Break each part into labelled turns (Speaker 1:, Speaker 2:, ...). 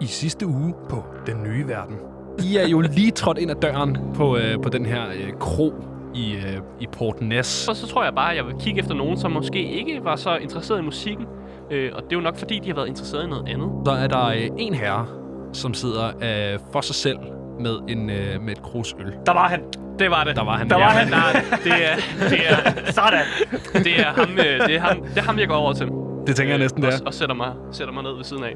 Speaker 1: i sidste uge på Den Nye Verden. I er jo lige trådt ind ad døren på, øh, på den her øh, kro i, øh, i Port Ness.
Speaker 2: Og så tror jeg bare, at jeg vil kigge efter nogen, som måske ikke var så interesseret i musikken. Øh, og det er jo nok, fordi de har været interesseret i noget andet.
Speaker 1: Så er der øh, en herre, som sidder øh, for sig selv med, en, øh, med et krus øl.
Speaker 3: Der var han.
Speaker 2: Det var det.
Speaker 1: Der var han.
Speaker 3: Der var
Speaker 1: Ja.
Speaker 3: han.
Speaker 2: Nej, det er, det er,
Speaker 3: Sådan.
Speaker 2: det er, ham, øh, det er ham, det er ham, jeg går over til. Øh,
Speaker 1: Det tænker jeg næsten, det
Speaker 2: og,
Speaker 1: er.
Speaker 2: Og sætter mig, sætter mig ned ved siden af.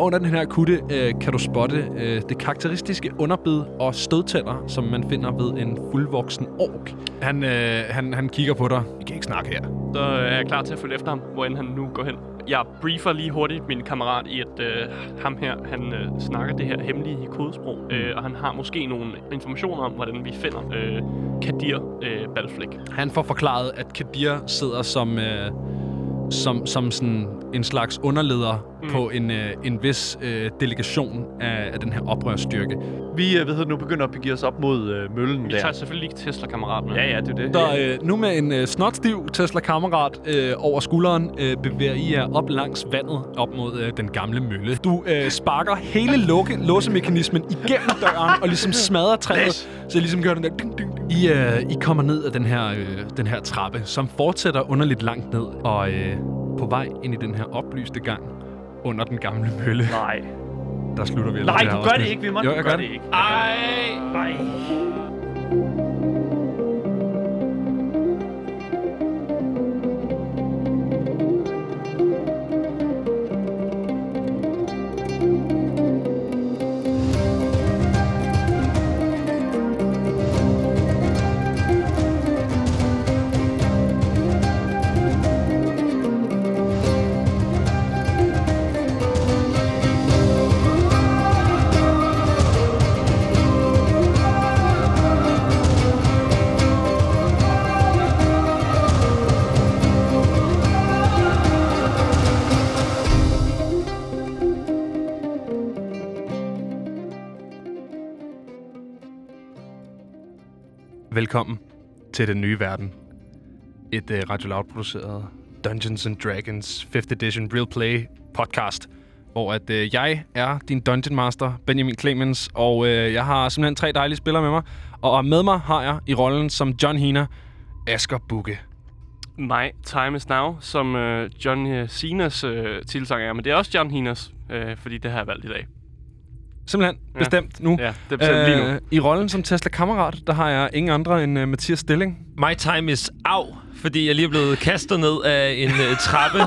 Speaker 1: Under den her kutte øh, kan du spotte øh, det karakteristiske underbid og stødtænder, som man finder ved en fuldvoksen ork. Han, øh, han, han kigger på dig. Vi kan ikke snakke her.
Speaker 2: Så øh, er jeg klar til at følge efter ham, hvor end han nu går hen. Jeg briefer lige hurtigt min kammerat i, at øh, ham her, han øh, snakker det her hemmelige kodesprog, øh,
Speaker 1: Mm.
Speaker 2: og han har måske nogle informationer om, hvordan vi finder øh, Kadir øh, Balflik.
Speaker 1: Han får forklaret, at Kadir sidder som, øh, som, som sådan en slags underleder mm. på en, øh, en vis øh, delegation af, af den her oprørsstyrke.
Speaker 3: Vi øh, hvad hedder det nu, begynder at begive os op mod øh, møllen
Speaker 2: Vi
Speaker 3: der.
Speaker 2: tager selvfølgelig ikke Tesla-kammerat med.
Speaker 3: Ja, ja, det er det.
Speaker 1: Så øh, nu med en øh, snotstiv Tesla-kammerat øh, over skulderen, øh, bevæger I jer op langs vandet op mod øh, den gamle mølle. Du øh, sparker hele lukke, låsemekanismen igennem døren og ligesom smadrer træet, så I ligesom gør den der... Ding, ding, ding. I, øh, I kommer ned ad den her, øh, den her trappe, som fortsætter underligt langt ned og øh, på vej ind i den her oplyste gang under den gamle mølle.
Speaker 3: Nej.
Speaker 1: Der slutter vi.
Speaker 3: Nej,
Speaker 1: her
Speaker 3: du gør det
Speaker 1: afsnit.
Speaker 3: ikke, Vimmer.
Speaker 1: Jo,
Speaker 3: Du
Speaker 1: jeg
Speaker 3: gør
Speaker 1: gør
Speaker 3: det
Speaker 1: det.
Speaker 3: ikke.
Speaker 2: Ej!
Speaker 3: Nej.
Speaker 1: Velkommen til Den Nye Verden. Et uh, Radio Loud produceret Dungeons and Dragons 5th Edition Real Play podcast, hvor at uh, jeg er din Dungeon Master, Benjamin Clemens, og uh, jeg har simpelthen tre dejlige spillere med mig, og med mig har jeg i rollen som John Hina, Asger Bukke.
Speaker 2: My Time Is Now, som øh, John øh, Sinas øh, tilsang er, men det er også John Hinas, øh, fordi det har jeg valgt i dag.
Speaker 1: Simpelthen
Speaker 2: Ja.
Speaker 1: bestemt nu.
Speaker 2: Ja, det er bestemt lige nu.
Speaker 1: Øh, I rollen som Tesla-kammerat, der har jeg ingen andre end uh, Mathias Stilling.
Speaker 4: My time is out, fordi jeg lige er blevet kastet ned af en øh, trappe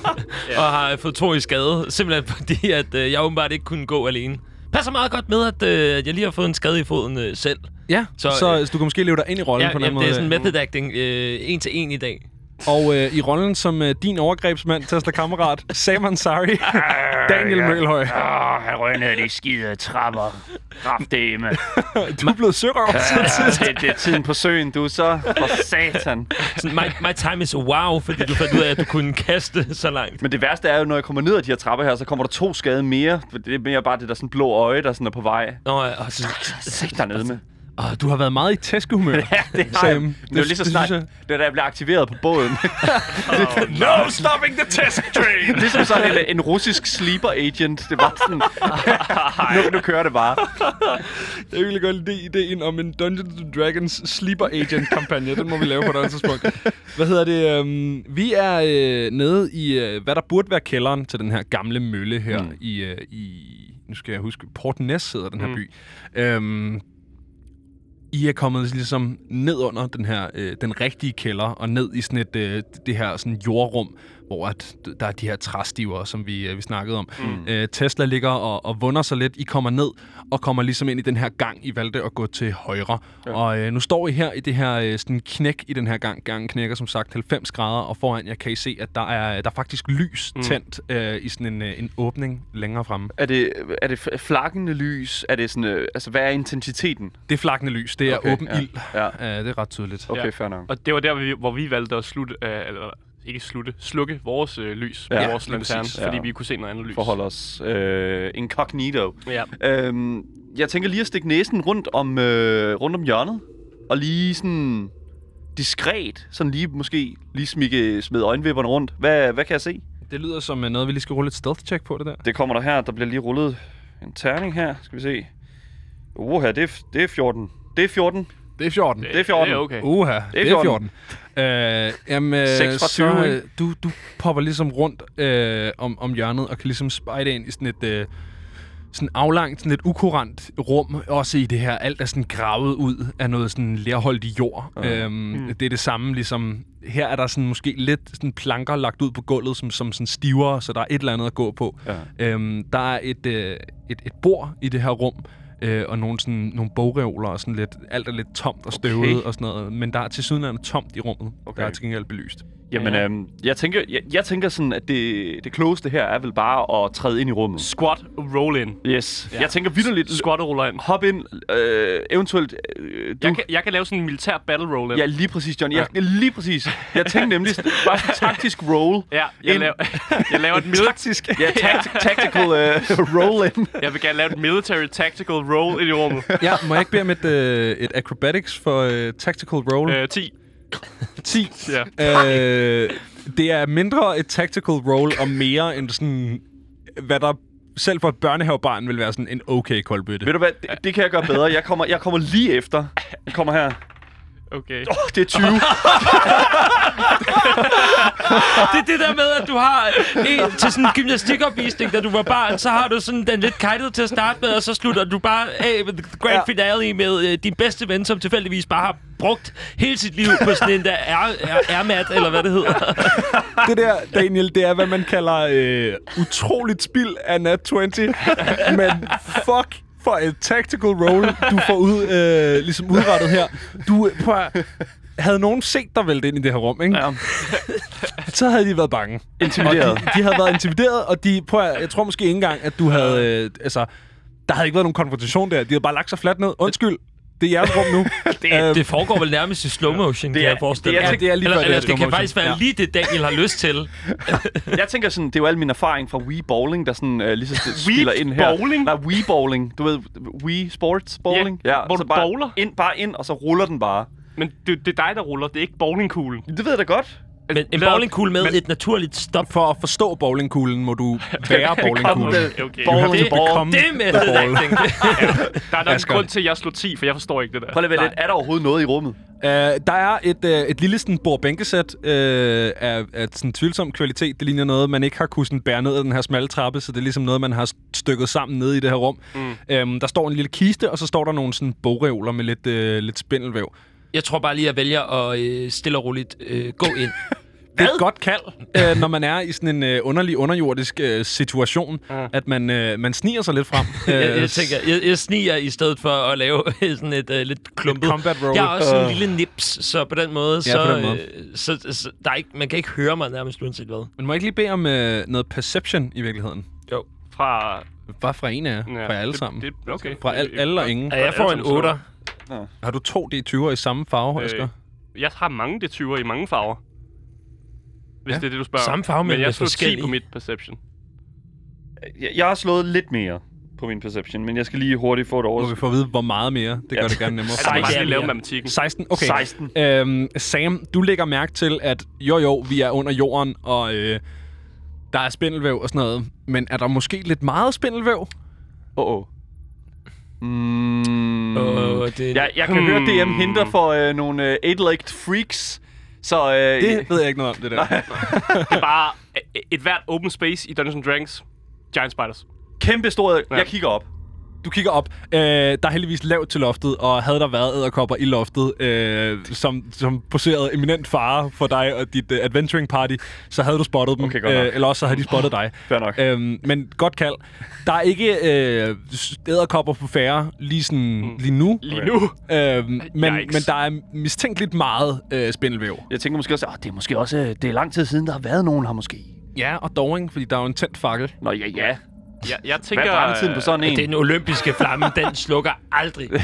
Speaker 4: og har fået to i skade. Simpelthen fordi, at øh, jeg åbenbart ikke kunne gå alene. Passer meget godt med, at øh, at jeg lige har fået en skade i foden øh, selv.
Speaker 1: Ja, så,
Speaker 4: Så,
Speaker 1: så,
Speaker 4: øh,
Speaker 1: så du kan måske leve dig ind i rollen
Speaker 4: Ja,
Speaker 1: på en
Speaker 4: jamen,
Speaker 1: anden
Speaker 4: det er
Speaker 1: måde. øh,
Speaker 4: sådan method acting øh, en til en i dag.
Speaker 1: Og øh, i rollen som øh, din overgrebsmand, Tesla-kammerat, Sam Ansari, Daniel ja. Mølhøj.
Speaker 5: Åh, han røg ned ad de skide trapper. Kraftdeme.
Speaker 1: Du er blevet sørøver siden sidst.
Speaker 3: Det, det er tiden på søen, du er så. For satan.
Speaker 4: Sådan, my, my time is wow, fordi du fandt ud af, at du kunne kaste så langt.
Speaker 3: Men det værste er jo, når jeg kommer ned ad de her trapper her, så kommer der to skade mere. For Det er mere bare det der sådan blå øje, der sådan er på vej.
Speaker 4: Nå, ja, og så,
Speaker 3: Sæt dernede med.
Speaker 1: Åh, du har været meget i tæskehumør,
Speaker 3: altså. Ja, det har jeg. Det, det var lige så snart, det, var da jeg blev aktiveret på båden.
Speaker 5: No stopping the test train!
Speaker 3: ligesom sådan en, en russisk sleeper agent. Det var sådan, nu, nu kører det bare.
Speaker 1: Jeg vil godt lide ideen om en Dungeons and Dragons Sleeper Agent-kampagne. Den må vi lave på et andet tidspunkt. Hvad hedder det? øhm, Vi er øh, nede i, øh, hvad der burde være kælderen til den her gamle mølle her mm. i, øh, i... Nu skal jeg huske, Port Ness hedder den her mm. by. Øhm, I er kommet ligesom ned under den her, øh, den rigtige kælder, og ned i sådan et, øh, det her sådan jordrum, hvor at der er de her træstiver, som vi, øh, vi snakkede om. Mm. Øh, Tesla ligger og, og vunder sig lidt. I kommer ned og kommer ligesom ind i den her gang. I valgte at gå til højre. Ja. Og øh, nu står I her i det her øh, sådan knæk i den her gang. Gangen knækker som sagt 90 grader, og foran jer kan I se, at der er, der er faktisk lys mm. tændt øh, i sådan en, øh, en åbning længere fremme.
Speaker 3: Er det, er det f- flakkende lys? Er det sådan, øh, altså, hvad er intensiteten?
Speaker 1: Det er flakkende lys. Det er okay,
Speaker 3: Okay,
Speaker 1: åben
Speaker 3: ja.
Speaker 1: ja. ild.
Speaker 3: Ja.
Speaker 1: Øh, det er ret tydeligt.
Speaker 3: Okay,
Speaker 2: Ja.
Speaker 3: ja. fair nok.
Speaker 2: Og det var der, hvor vi, hvor vi valgte at slutte, øh, eller ikke slutte, slukke vores øh, lys
Speaker 3: Ja,
Speaker 2: med vores
Speaker 3: lige
Speaker 2: lanterne,
Speaker 3: præcis.
Speaker 2: fordi
Speaker 3: Ja.
Speaker 2: vi kunne se noget andet lys.
Speaker 3: Forhold os øh, incognito.
Speaker 2: Ja.
Speaker 3: Øhm, jeg tænker lige at stikke næsen rundt om, øh, rundt om hjørnet, og lige sådan diskret, sådan lige måske lige smikke, smide øjenvipperne rundt. Hvad, hvad kan jeg se?
Speaker 1: Det lyder som øh, noget, vi lige skal rulle et stealth-check på, det der.
Speaker 3: Det kommer der her, der bliver lige rullet en terning her. Skal vi se. Oha, det er, det er 14. Det er 14.
Speaker 1: Det er 14.
Speaker 3: Det er 14.
Speaker 2: Det er okay.
Speaker 1: Uha, det er 14.
Speaker 3: 14.
Speaker 1: Øh, jamen,
Speaker 3: Seks fra
Speaker 1: så,
Speaker 3: 20,
Speaker 1: øh, du, du popper ligesom rundt øh, om, om hjørnet, og kan ligesom spejde ind i sådan et... Øh, sådan aflangt, sådan et ukurant rum, også i det her, alt er sådan gravet ud af noget sådan lærholdig jord. Ja. Øhm, mm. Det er det samme, ligesom, her er der sådan måske lidt sådan planker lagt ud på gulvet, som, som sådan stiver, så der er et eller andet at gå på. Ja. Øhm, der er et, øh, et, et bord i det her rum, øh, og nogle, sådan, nogle bogreoler, og sådan lidt, alt er lidt tomt og støvet okay. og sådan noget, men der er til sydenlandet tomt i rummet, okay.
Speaker 3: Okay.
Speaker 1: der er til gengæld belyst.
Speaker 3: Jamen,
Speaker 2: Ja.
Speaker 3: ja. øhm, jeg, tænker, jeg, jeg tænker sådan, at det, det klogeste her er vel bare at træde ind i rummet.
Speaker 2: Squat, roll in.
Speaker 3: Yes.
Speaker 2: Ja.
Speaker 3: Ja. Jeg tænker vidderligt,
Speaker 2: Squat og ruller ind.
Speaker 3: hop ind, øh, eventuelt øh, du.
Speaker 2: Jeg kan, jeg kan lave sådan en militær battle roll in.
Speaker 3: Ja, lige præcis, John. Jeg, lige præcis. Jeg tænkte nemlig sådan- bare sådan en taktisk roll.
Speaker 2: Ja, jeg,
Speaker 3: En-
Speaker 2: laver, jeg laver et military...
Speaker 3: Ja, takt, tactical øh, roll in.
Speaker 2: Jeg vil gerne lave et military tactical roll ind i rummet.
Speaker 1: Ja, må jeg ikke bede om et, øh, et acrobatics for øh, tactical roll?
Speaker 2: Øh, 10.
Speaker 1: 10.
Speaker 2: Ja.
Speaker 1: Øh, det er mindre et tactical roll og mere end sådan, hvad der selv for et børnehavebarn vil være sådan en okay koldbøtte.
Speaker 3: Ved du hvad, det, det kan jeg gøre bedre. Jeg kommer, jeg kommer lige efter. Jeg kommer her.
Speaker 2: Okay.
Speaker 3: Åh, oh, det er 20.
Speaker 4: Det er det der med, at du har øh, en til sådan en gymnastikopvisning, da du var barn, så har du sådan den lidt kajtet til at starte med, og så slutter du bare af med the grand ja. finale med øh, din bedste ven, som tilfældigvis bare har brugt hele sit liv på sådan en der air, air, airmat, eller hvad det hedder.
Speaker 1: Det der, Daniel, det er, hvad man kalder øh, utroligt spild af nat 20. Men fuck for et tactical roll, du får ud, øh, ligesom udrettet her. Du øh, prøv, at- havde nogen set dig vælte ind i det her rum, ikke?
Speaker 3: Ja.
Speaker 1: så havde de været bange.
Speaker 3: Intimideret.
Speaker 1: Og de, de havde været intimideret, og de, prøv at, jeg tror måske ikke engang, at du havde, øh, altså, der havde ikke været nogen konfrontation der. De havde bare lagt sig fladt ned. Undskyld, det er jeres rum nu. Øhm, altså,
Speaker 4: Det, det foregår vel nærmest i slow motion, Øhm, det
Speaker 3: er-
Speaker 4: kan jeg forestille
Speaker 3: det er-
Speaker 4: mig.
Speaker 1: det er lige
Speaker 4: eller,
Speaker 1: før, det er
Speaker 4: eller, det
Speaker 1: slow
Speaker 4: kan
Speaker 1: motion.
Speaker 4: faktisk være
Speaker 1: Ja.
Speaker 4: lige det, Daniel har lyst til.
Speaker 3: Jeg tænker sådan, det er jo al min erfaring fra Wii Bowling, der sådan øh, lige så stille
Speaker 2: Wii
Speaker 3: spiller ind her.
Speaker 2: Bowling?
Speaker 3: Nej, Wii Bowling. Du ved, Wii Sports Bowling.
Speaker 2: Ja, hvor
Speaker 3: så
Speaker 2: du
Speaker 3: bare
Speaker 2: bowler.
Speaker 3: Ind, bare ind, og så ruller den bare.
Speaker 2: Men det, det er dig, der ruller. Det er ikke bowlingkuglen.
Speaker 3: Det ved jeg da godt.
Speaker 4: Men en bowlingkugle med et naturligt stop.
Speaker 1: For at forstå bowlingkuglen, må du være bowlingkuglen.
Speaker 2: Okay, okay.
Speaker 1: You have
Speaker 3: Bowling
Speaker 1: to
Speaker 4: Det-
Speaker 1: become
Speaker 4: Det er med
Speaker 1: the ball.
Speaker 2: Der er nok en
Speaker 1: Asger.
Speaker 2: grund til, at jeg slog 10, for jeg forstår ikke det der.
Speaker 3: Prøv lige at vælge lidt. Er der overhovedet noget i rummet?
Speaker 1: Uh, der er et, uh, et lille sådan, bordbænkesæt uh, af, af sådan, tvivlsom kvalitet. Det ligner noget, man ikke har kunnet sådan, bære ned ad den her smalle trappe, så det er ligesom noget, man har stykket sammen nede i det her rum. Mm. Um, der står en lille kiste, og så står der nogle sådan, bogreoler med lidt, uh, lidt spindelvæv.
Speaker 4: Jeg tror bare lige, at jeg vælger at øh, stille og roligt øh, gå ind.
Speaker 1: Det er et godt kald, øh, når man er i sådan en øh, underlig, underjordisk øh, situation, at man, øh, man sniger sig lidt frem.
Speaker 4: Jeg,
Speaker 1: Øh,
Speaker 4: jeg tænker, jeg, jeg sniger i stedet for at lave sådan et øh, lidt klumpet.
Speaker 1: combat roll.
Speaker 4: Jeg er også en lille nips, så på den måde, så,
Speaker 1: Øh. på den måde.
Speaker 4: Øh, så, så der er ikke, man kan ikke høre mig nærmest uanset hvad.
Speaker 1: Men må jeg ikke lige bede om øh, noget perception i virkeligheden?
Speaker 2: Fra...
Speaker 1: Bare fra en af jer.
Speaker 2: ja,
Speaker 1: Ja, fra jer alle
Speaker 2: det-
Speaker 1: sammen. Det,
Speaker 2: Det, okay.
Speaker 1: fra al, alle og ingen.
Speaker 4: Ja, jeg får en 8'er.
Speaker 1: Har du to D20'er i samme farve, øh. Asger?
Speaker 2: Øh, jeg har mange D20'er i mange farver. Hvis
Speaker 1: Ja.
Speaker 2: det er det, du spørger. om.
Speaker 4: Samme farve, men
Speaker 2: men
Speaker 4: med
Speaker 2: jeg slog 10
Speaker 4: forskellige.
Speaker 2: på mit perception.
Speaker 3: Jeg, jeg har slået lidt mere på min perception, men jeg skal lige hurtigt få det over.
Speaker 1: Må vi få at vide, hvor meget mere? Det gør det gerne nemmere.
Speaker 2: Altså,
Speaker 1: for
Speaker 2: jeg
Speaker 1: mig.
Speaker 2: kan
Speaker 4: ja,
Speaker 2: lige lave
Speaker 4: ja.
Speaker 2: matematikken.
Speaker 1: 16? Okay.
Speaker 3: 16.
Speaker 1: Øhm, Sam, du lægger mærke til, at jo jo, vi er under jorden, og øh, der er spindelvæv og sådan noget. Men er der måske lidt meget spindelvæv?
Speaker 3: Åh, åh. Mm.
Speaker 4: Og det,
Speaker 3: Jeg, jeg kan hmm. høre, DM henter for øh, nogle øh, eight-legged freaks. Så øh,
Speaker 1: Det ved jeg ikke noget om, det der.
Speaker 2: Det er bare øh, et hvert open space i Dungeons Dragons. Giant Spiders.
Speaker 3: kæmpe stor...
Speaker 2: Ja.
Speaker 3: Ja. Jeg kigger op.
Speaker 1: Du kigger op. Øh, der er heldigvis lavt til loftet, og havde der været æderkopper i loftet, øh, som, som poserede eminent fare for dig og dit øh, adventuring party, så havde du spottet dem.
Speaker 3: Okay, godt nok.
Speaker 1: øh, eller også så havde de spottet dig.
Speaker 3: Fair nok.
Speaker 1: Øhm, men godt kald. Der er ikke øh, æderkopper på færre lige, sådan, mm. lige nu.
Speaker 2: Lige nu.
Speaker 3: Øh,
Speaker 1: Øhm, men,
Speaker 2: Yikes.
Speaker 1: men der er mistænkeligt meget øh, spindelvæv.
Speaker 3: Jeg tænker måske også, at det er måske også... øh, Det er lang tid siden, der har været nogen her måske.
Speaker 1: Ja, og doring, fordi der er jo en tændt fakkel.
Speaker 3: Nå ja, ja.
Speaker 2: Jeg, jeg tænker...
Speaker 3: Hvad er brændetiden på sådan en?
Speaker 4: den olympiske flamme, den slukker aldrig.
Speaker 3: det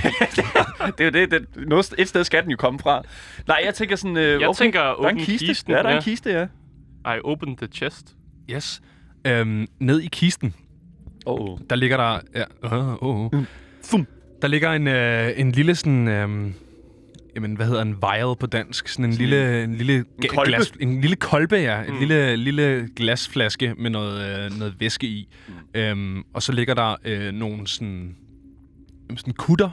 Speaker 3: er jo det. det noget, et sted skal den jo komme fra. Nej, jeg tænker sådan... Øh,
Speaker 2: Jeg tænker,
Speaker 3: der er en
Speaker 2: åbn
Speaker 3: kiste.
Speaker 2: kisten,
Speaker 3: ja, der er
Speaker 2: ja.
Speaker 3: en kiste, ja.
Speaker 2: øh, I open the chest.
Speaker 1: Yes. Øhm, ned i kisten,
Speaker 3: Åh, oh.
Speaker 1: der ligger der... Ja, uh, uh, uh.
Speaker 3: Fum.
Speaker 1: Der ligger en, øh, en lille sådan... Øh, jamen, hvad hedder en vial på dansk? Sådan en lille, en Mm. lille, en
Speaker 3: kolbe.
Speaker 1: Glas, en lille kolbe, ja. En lille, lille glasflaske med noget, øh, noget væske i. Mm. Øhm, og så ligger der øh, nogle sådan, jamen, sådan kutter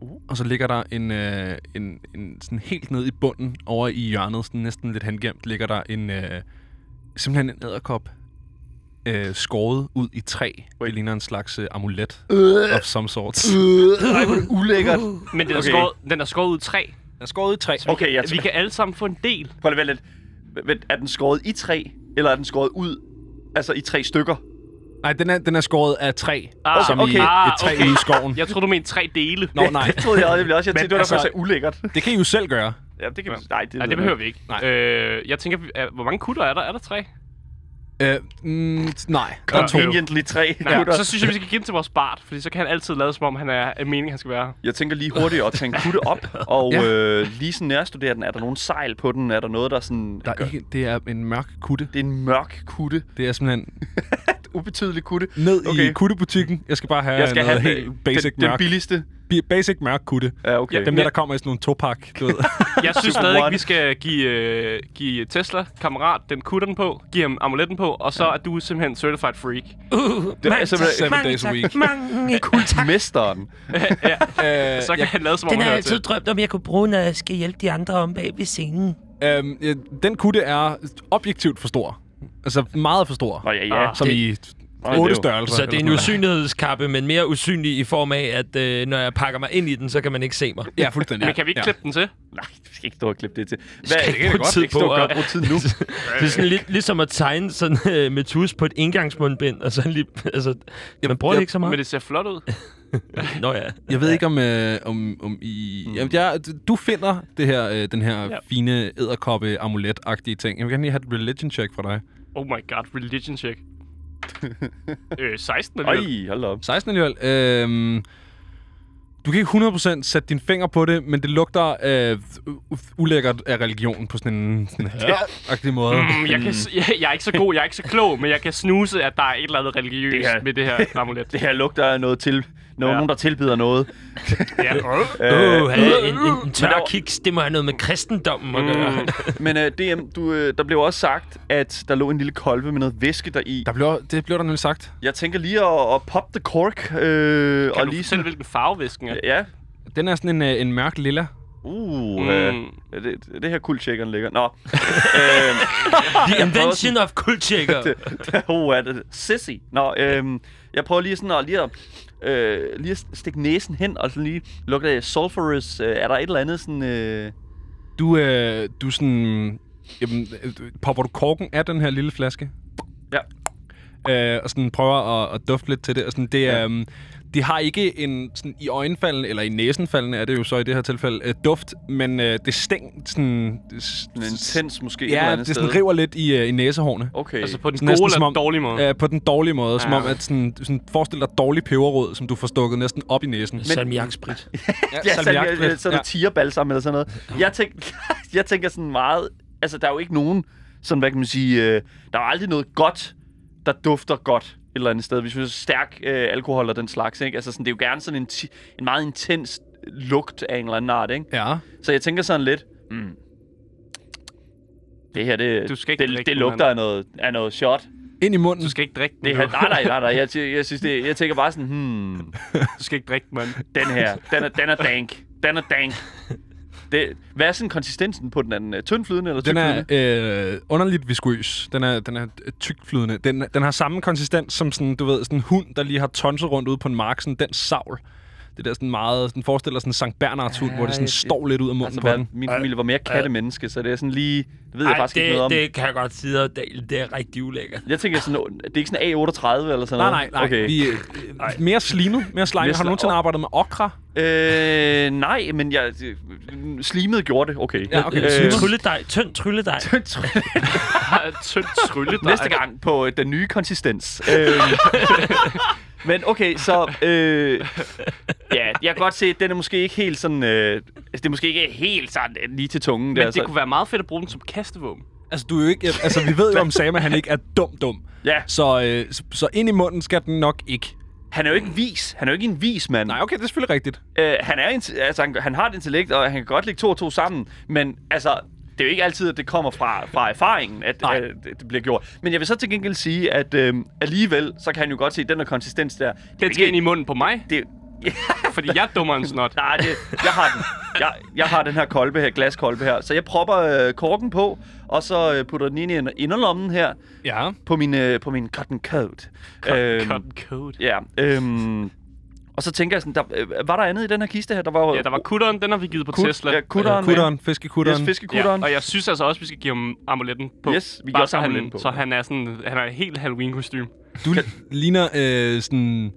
Speaker 1: uh. Og så ligger der en, øh, en, en sådan helt ned i bunden over i hjørnet, sådan næsten lidt hengemt, ligger der en, øh, simpelthen en æderkop øh, skåret ud i træ. Det ligner en slags øh, amulet of some sorts.
Speaker 3: Ej, hvor er det ulækkert.
Speaker 2: Men den er,
Speaker 3: Okay.
Speaker 2: okay. skåret, den er skåret ud i træ.
Speaker 1: Den er skåret ud i træ.
Speaker 3: Okay, jeg
Speaker 2: Vi kan alle sammen få en del.
Speaker 3: Prøv lige at vente lidt. Vent, er den skåret i træ, eller er den skåret ud? Altså i tre stykker.
Speaker 1: Nej, den er, den er skåret af træ,
Speaker 2: Ah,
Speaker 1: som i
Speaker 2: okay.
Speaker 1: et
Speaker 2: Ah,
Speaker 1: træ
Speaker 2: okay.
Speaker 1: ude i skoven.
Speaker 2: Jeg tror du mente tre dele.
Speaker 1: Nå, nej.
Speaker 3: Det troede jeg også. Jeg ville også jeg
Speaker 1: Men
Speaker 3: tænkte, det var
Speaker 1: altså-
Speaker 3: altså... faktisk ulækkert.
Speaker 1: Det kan I jo selv gøre.
Speaker 3: Ja, det kan vi... Nej, det,
Speaker 2: Nej, det behøver vi ikke.
Speaker 1: Nej.
Speaker 2: Øh, jeg tænker, vi- er- hvor mange kutter er der? Er der tre?
Speaker 1: Øh, mm, nej, der er to.
Speaker 3: Conveniently tre.
Speaker 2: Nej,
Speaker 3: kutter.
Speaker 2: så synes jeg, vi skal give den til vores bart, fordi så kan han altid lade, som om han er af mening, han skal være her.
Speaker 3: Jeg tænker lige hurtigt at tænke kutte op, og
Speaker 1: Ja.
Speaker 3: ja. øh, lige sådan nærstudere den. Er der nogen sejl på den? Er der noget, der er sådan...
Speaker 1: Der er ikke, det er en mørk kutte.
Speaker 3: Det er en mørk kutte.
Speaker 1: Det er simpelthen
Speaker 3: Ubetydelig kutte.
Speaker 1: ned okay. i
Speaker 3: Okay.
Speaker 1: kuttebutikken. Jeg skal bare have
Speaker 3: Jeg skal
Speaker 1: noget
Speaker 3: have den-
Speaker 1: helt basic
Speaker 3: den, den
Speaker 1: mørk
Speaker 3: billigste.
Speaker 1: Bi- basic mørk kutte.
Speaker 3: Ja, okay.
Speaker 1: Dem der, der kommer i sådan nogle topak, du ved.
Speaker 2: Jeg synes
Speaker 3: Super
Speaker 2: stadig ikke,
Speaker 3: one.
Speaker 2: vi skal give, øh, give Tesla, kammerat, den kutteren på, give ham amuletten på, og så er du simpelthen certified freak.
Speaker 4: Uh,
Speaker 3: Det er simpelthen-
Speaker 1: Seven days a week.
Speaker 4: Mange cool tak.
Speaker 3: Mesteren.
Speaker 2: ja,
Speaker 1: Øh,
Speaker 2: så kan
Speaker 1: ja,
Speaker 2: han lade, som om
Speaker 4: Den har
Speaker 2: han
Speaker 4: jeg
Speaker 2: hører
Speaker 4: altid
Speaker 2: til.
Speaker 4: drømt om, jeg kunne bruge, når jeg skal hjælpe de andre om bag ved sengen.
Speaker 1: øhm, ja, den kutte er objektivt for stor. Altså meget for stor.
Speaker 3: Nå ja, ja.
Speaker 1: Som
Speaker 4: det-
Speaker 1: i
Speaker 3: det er
Speaker 1: otte
Speaker 3: jo-
Speaker 1: størrelser.
Speaker 4: Så det er en
Speaker 1: eller sådan
Speaker 4: usynlighedskappe, men mere usynlig i form af, at øh, når jeg pakker mig ind i den, så kan man ikke se mig.
Speaker 1: noget. Ja, fuldstændig.
Speaker 2: Men kan vi ikke
Speaker 1: ja.
Speaker 2: klippe den til?
Speaker 3: Nej, vi skal ikke stå og klippe det til. Hvad,
Speaker 4: skal ikke bruge tid
Speaker 3: ikke stå
Speaker 4: på
Speaker 3: og gøre-
Speaker 4: at-
Speaker 3: bruge tid nu.
Speaker 4: Det er sådan lidt ligesom at tegne sådan øh, med tus på et engangsmundbind, og så lige, altså, man bruger det ikke så
Speaker 2: Men
Speaker 4: meget.
Speaker 2: det ser flot ud.
Speaker 4: Nå ja.
Speaker 1: Jeg ved ikke om øh, om om I mm. jamen, jeg, du finder det her øh, den her ja.
Speaker 2: Ja.
Speaker 1: fine æderkoppe amulet agtige ting. Jeg vil gerne lige have et religion check fra dig.
Speaker 2: Oh my god, religion check. øh, 16 alligevel.
Speaker 3: Ej, hold da op.
Speaker 1: 16 alligevel. Øhm, du kan ikke 100% sætte din finger på det, men det lugter øh, u- ulækkert af religion på sådan en sådan en agtig måde.
Speaker 2: Mm, jeg, kan, s- jeg, jeg er ikke så god, jeg er ikke så klog, men jeg kan snuse, at der er et eller andet religiøst
Speaker 3: Det her-
Speaker 2: med det her amulet.
Speaker 3: Det her lugter af noget til. Nogen,
Speaker 2: Ja.
Speaker 3: ja. der tilbyder noget.
Speaker 2: ja.
Speaker 3: Øh,
Speaker 4: Åh, han er en, en, en
Speaker 3: men
Speaker 4: tør
Speaker 3: der- Mm.
Speaker 4: kiks, det må have noget med kristendommen at gøre.
Speaker 3: Men uh, DM, du, uh, der blev også sagt, at der lå en lille kolbe med noget væske deri.
Speaker 1: Der blev, det blev der nemlig sagt.
Speaker 3: Jeg tænker lige at, at poppe the cork. Øh,
Speaker 2: Kan
Speaker 3: og
Speaker 2: du
Speaker 3: lige
Speaker 2: fortælle,
Speaker 3: sådan, Øh,
Speaker 2: hvilken farve væsken er?
Speaker 3: Ja.
Speaker 1: Den er sådan en, øh, en mørk lilla.
Speaker 3: Uh,
Speaker 2: Mm.
Speaker 3: mm. øh, det, det her kuldtjekkeren ligger. Nå. øh,
Speaker 4: The invention of kultjekker.
Speaker 3: det, oh, er det sissy. Nå, øh, jeg prøver lige sådan at, lige at, øh, lige at stikke næsen hen og sådan lige lukke af sulfurous. Øh, er der et eller andet sådan... Øh,
Speaker 1: Du, øh, du sådan... Jamen, øh, popper du korken af den her lille flaske?
Speaker 3: Ja.
Speaker 1: Øh, og sådan prøver at, at dufte lidt til det. Og sådan, det, ja. øhm, det har ikke en sådan, i øjenfaldene, eller i næsenfaldene er det jo så i det her tilfælde, øh, duft, men øh, det stæng sådan... s-
Speaker 3: en intens måske et eller
Speaker 1: Ja,
Speaker 3: andet
Speaker 1: det sådan
Speaker 3: sted.
Speaker 1: river lidt i, øh, i næsehårene.
Speaker 3: Okay.
Speaker 2: Altså på den
Speaker 1: Sådan
Speaker 2: gode
Speaker 1: næsten
Speaker 2: eller
Speaker 1: som om-
Speaker 2: den dårlige måde?
Speaker 1: Øh, på den dårlige måde, ja. som
Speaker 2: Ja.
Speaker 1: om at sådan, du sådan, forestil dig dårlig peberrod, som du får stukket næsten op i næsen.
Speaker 4: Salmiaksprit.
Speaker 3: ja, sådan,
Speaker 1: salmiak-
Speaker 3: ja, sådan ja. tigerbalsam eller sådan noget. Jeg, tænk, jeg tænker sådan meget... Altså, der er jo ikke nogen... Sådan, hvad kan man sige... Øh, der er jo aldrig noget godt, der dufter godt et eller andet sted. Hvis vi er stærk øh, alkohol og den slags, ikke? Altså, sådan, det er jo gerne sådan en, ti- en meget intens lugt af en eller anden art, ikke?
Speaker 1: Ja.
Speaker 3: Så jeg tænker sådan lidt... Mm, det her, det,
Speaker 2: Du skal ikke
Speaker 3: det,
Speaker 2: drikke
Speaker 3: det
Speaker 2: den,
Speaker 3: lugter af noget, af noget shot.
Speaker 1: Ind i munden.
Speaker 2: Du skal ikke drikke den.
Speaker 3: Det
Speaker 2: jo.
Speaker 3: her, nej, nej, nej, nej. Jeg, tæ- jeg, synes, det, jeg tænker bare sådan, hmm,
Speaker 2: Du skal ikke drikke den, mand.
Speaker 3: den her, den er, den er dank. Den er dank. Det, hvad er sådan konsistensen på den? Er den øh, tyndflydende eller
Speaker 1: Den er
Speaker 3: tyndflydende?
Speaker 1: øh, underligt viskøs. Den er, den er øh, tykflydende. Den, den har samme konsistens som sådan, du ved, sådan en hund, der lige har tonset rundt ude på en mark, sådan den savl. Det der sådan meget, den forestiller sådan en Sankt Bernards hund, hvor det sådan
Speaker 3: jeg-
Speaker 1: står lidt ud af munden
Speaker 3: Altså,
Speaker 1: på
Speaker 3: hvad,
Speaker 1: den.
Speaker 3: min familie var mere kattemenneske, så det er sådan lige... Det ved jeg
Speaker 4: Ej,
Speaker 3: faktisk ikke noget
Speaker 4: det,
Speaker 3: om.
Speaker 4: det kan jeg godt sige, at det, det er rigtig ulækkert.
Speaker 3: Jeg tænker sådan, åh, det er ikke sådan A38 eller sådan
Speaker 1: Nej,
Speaker 3: noget?
Speaker 1: nej, nej. Okay.
Speaker 3: Okay.
Speaker 1: Vi, øh, mere slimet, mere slimet.
Speaker 3: Mere
Speaker 1: Har du
Speaker 3: sli-
Speaker 1: nogensinde
Speaker 3: Åh.
Speaker 1: arbejdet med okra?
Speaker 3: Øh, nej, men jeg... øh, Slimet gjorde det, okay.
Speaker 1: Ja, okay.
Speaker 4: Øh,
Speaker 1: Øh,
Speaker 4: trylledej, tynd trylledej.
Speaker 2: Har et tyndt trylle, der
Speaker 3: Næste
Speaker 2: er-
Speaker 3: gang på øh, den nye konsistens. Øh, men okay, så... Øh, ja, jeg kan godt se, at den er måske ikke helt sådan... Øh, det er måske ikke helt sådan øh, lige til tungen.
Speaker 2: Men
Speaker 3: der,
Speaker 2: det kunne være meget fedt at bruge den som kastevåben.
Speaker 1: Altså, du er jo ikke, altså, vi ved jo om Sama, han ikke er dum dum.
Speaker 3: Ja.
Speaker 1: Så, øh, så, så ind i munden skal den nok ikke.
Speaker 3: Han er jo ikke vis. Han er jo ikke en vis mand.
Speaker 1: Nej, okay, det er selvfølgelig rigtigt.
Speaker 3: Øh, han, er int- altså, han, han har et intellekt, og han kan godt lægge to og to sammen, men altså, det er jo ikke altid, at det kommer fra, fra erfaringen, at,
Speaker 1: Nej.
Speaker 3: at, at det det bliver gjort. Men jeg vil så til gengæld sige, at øh, alligevel, så kan han jo godt se, at den der konsistens der...
Speaker 2: Den skal ind i munden på mig,
Speaker 3: det, ja,
Speaker 2: fordi jeg er dummere end snot.
Speaker 3: nej, det, jeg har den. Jeg, jeg har den her kolbe her, glaskolbe her. Så jeg propper øh, korken på, og så øh, putter den ind i en- inderlommen her
Speaker 1: Ja.
Speaker 3: på min, øh, på min cotton coat. Øhm,
Speaker 2: Cotton coat.
Speaker 3: Ja, øhm, og så tænker jeg sådan, der, øh, var der andet i den her kiste her? Der var, jo-
Speaker 2: Ja, der var kutteren, den har vi givet på
Speaker 3: Kut-
Speaker 2: Tesla.
Speaker 3: Ja, kutteren.
Speaker 1: Kutteren,
Speaker 3: Yes,
Speaker 1: fiskekutteren.
Speaker 3: fiskekutteren.
Speaker 2: Ja, og jeg synes altså også, vi skal give ham amuletten på.
Speaker 3: Yes, vi giver
Speaker 2: Bare
Speaker 3: også
Speaker 2: så han-
Speaker 3: amuletten på.
Speaker 2: Så han er sådan, han er helt halloween kostume.
Speaker 1: Du ligner øh, sådan,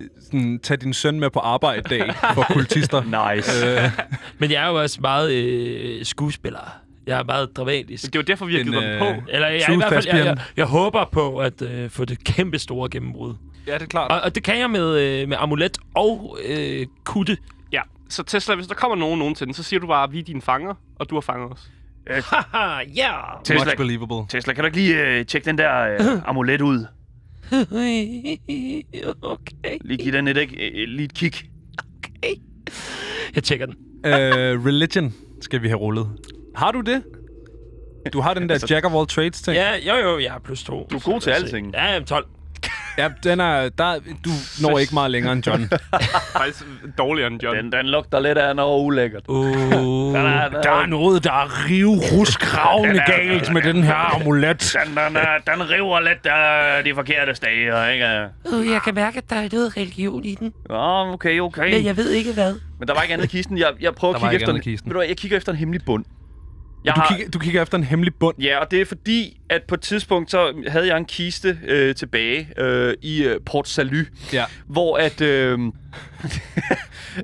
Speaker 1: øh, sådan... Tag din søn med på arbejde i dag for kultister.
Speaker 3: Nice.
Speaker 1: Øh,
Speaker 4: Men jeg er jo også meget øh, skuespiller. Jeg er meget dramatisk.
Speaker 2: Det var derfor, vi har
Speaker 1: En,
Speaker 2: givet ham
Speaker 1: øh,
Speaker 2: på.
Speaker 4: Eller jeg, jeg, i
Speaker 1: Truth
Speaker 4: hvert fald, jeg, jeg,
Speaker 1: Thespian.
Speaker 4: jeg håber på at øh, få det kæmpe store gennembrud.
Speaker 1: ja, det er klart.
Speaker 4: Og, og det kan jeg med, øh, med amulet og øh, kutte.
Speaker 2: Ja, så Tesla, hvis der kommer nogen nogensinde, så siger du bare, at vi er dine fanger, og du har fanget os.
Speaker 4: Haha, ja!
Speaker 1: Much
Speaker 3: Tesla,
Speaker 1: believable.
Speaker 3: Tesla, kan du ikke lige øh, tjekke den der øh, amulet ud?
Speaker 4: okay.
Speaker 3: Lige give den et, æg- øh, lige et kig.
Speaker 4: Jeg tjekker den.
Speaker 1: Øh, religion skal vi have rullet. Har du det? Du har den
Speaker 3: Altså-
Speaker 1: der Jack of all trades ting.
Speaker 4: Ja, jo, jo, jeg er plus to.
Speaker 3: Du er god til
Speaker 4: Lad os
Speaker 3: alting.
Speaker 4: se. Ja, jamen, 12.
Speaker 1: ja den er, der, du når ikke meget længere end John.
Speaker 2: Faktisk dårligere end John.
Speaker 3: Den, den lugter lidt af noget ulækkert.
Speaker 4: Uh,
Speaker 3: Den er, den, er,
Speaker 1: noget, der er rivrusgravende galt med den her amulet.
Speaker 3: den, den, er, den river lidt øh, de forkerte steder, ikke?
Speaker 4: uh, jeg kan mærke, at der er noget religion i den.
Speaker 3: Ja, okay, okay.
Speaker 4: Men jeg ved ikke hvad.
Speaker 3: Men der var ikke andet i kisten. Jeg, jeg prøver
Speaker 1: Der
Speaker 3: at
Speaker 1: var
Speaker 3: kigge
Speaker 1: ikke
Speaker 3: efter,
Speaker 1: andet i
Speaker 3: en,
Speaker 1: kisten.
Speaker 3: ved du hvad, jeg kigger efter en hemmelig bund. Jeg
Speaker 1: Du kigger, du kigger efter en hemmelig bund.
Speaker 3: Ja, og det er fordi, at på et tidspunkt, så havde jeg en kiste øh, tilbage øh, i øh, Port Salut,
Speaker 1: Ja.
Speaker 3: hvor at... Øh,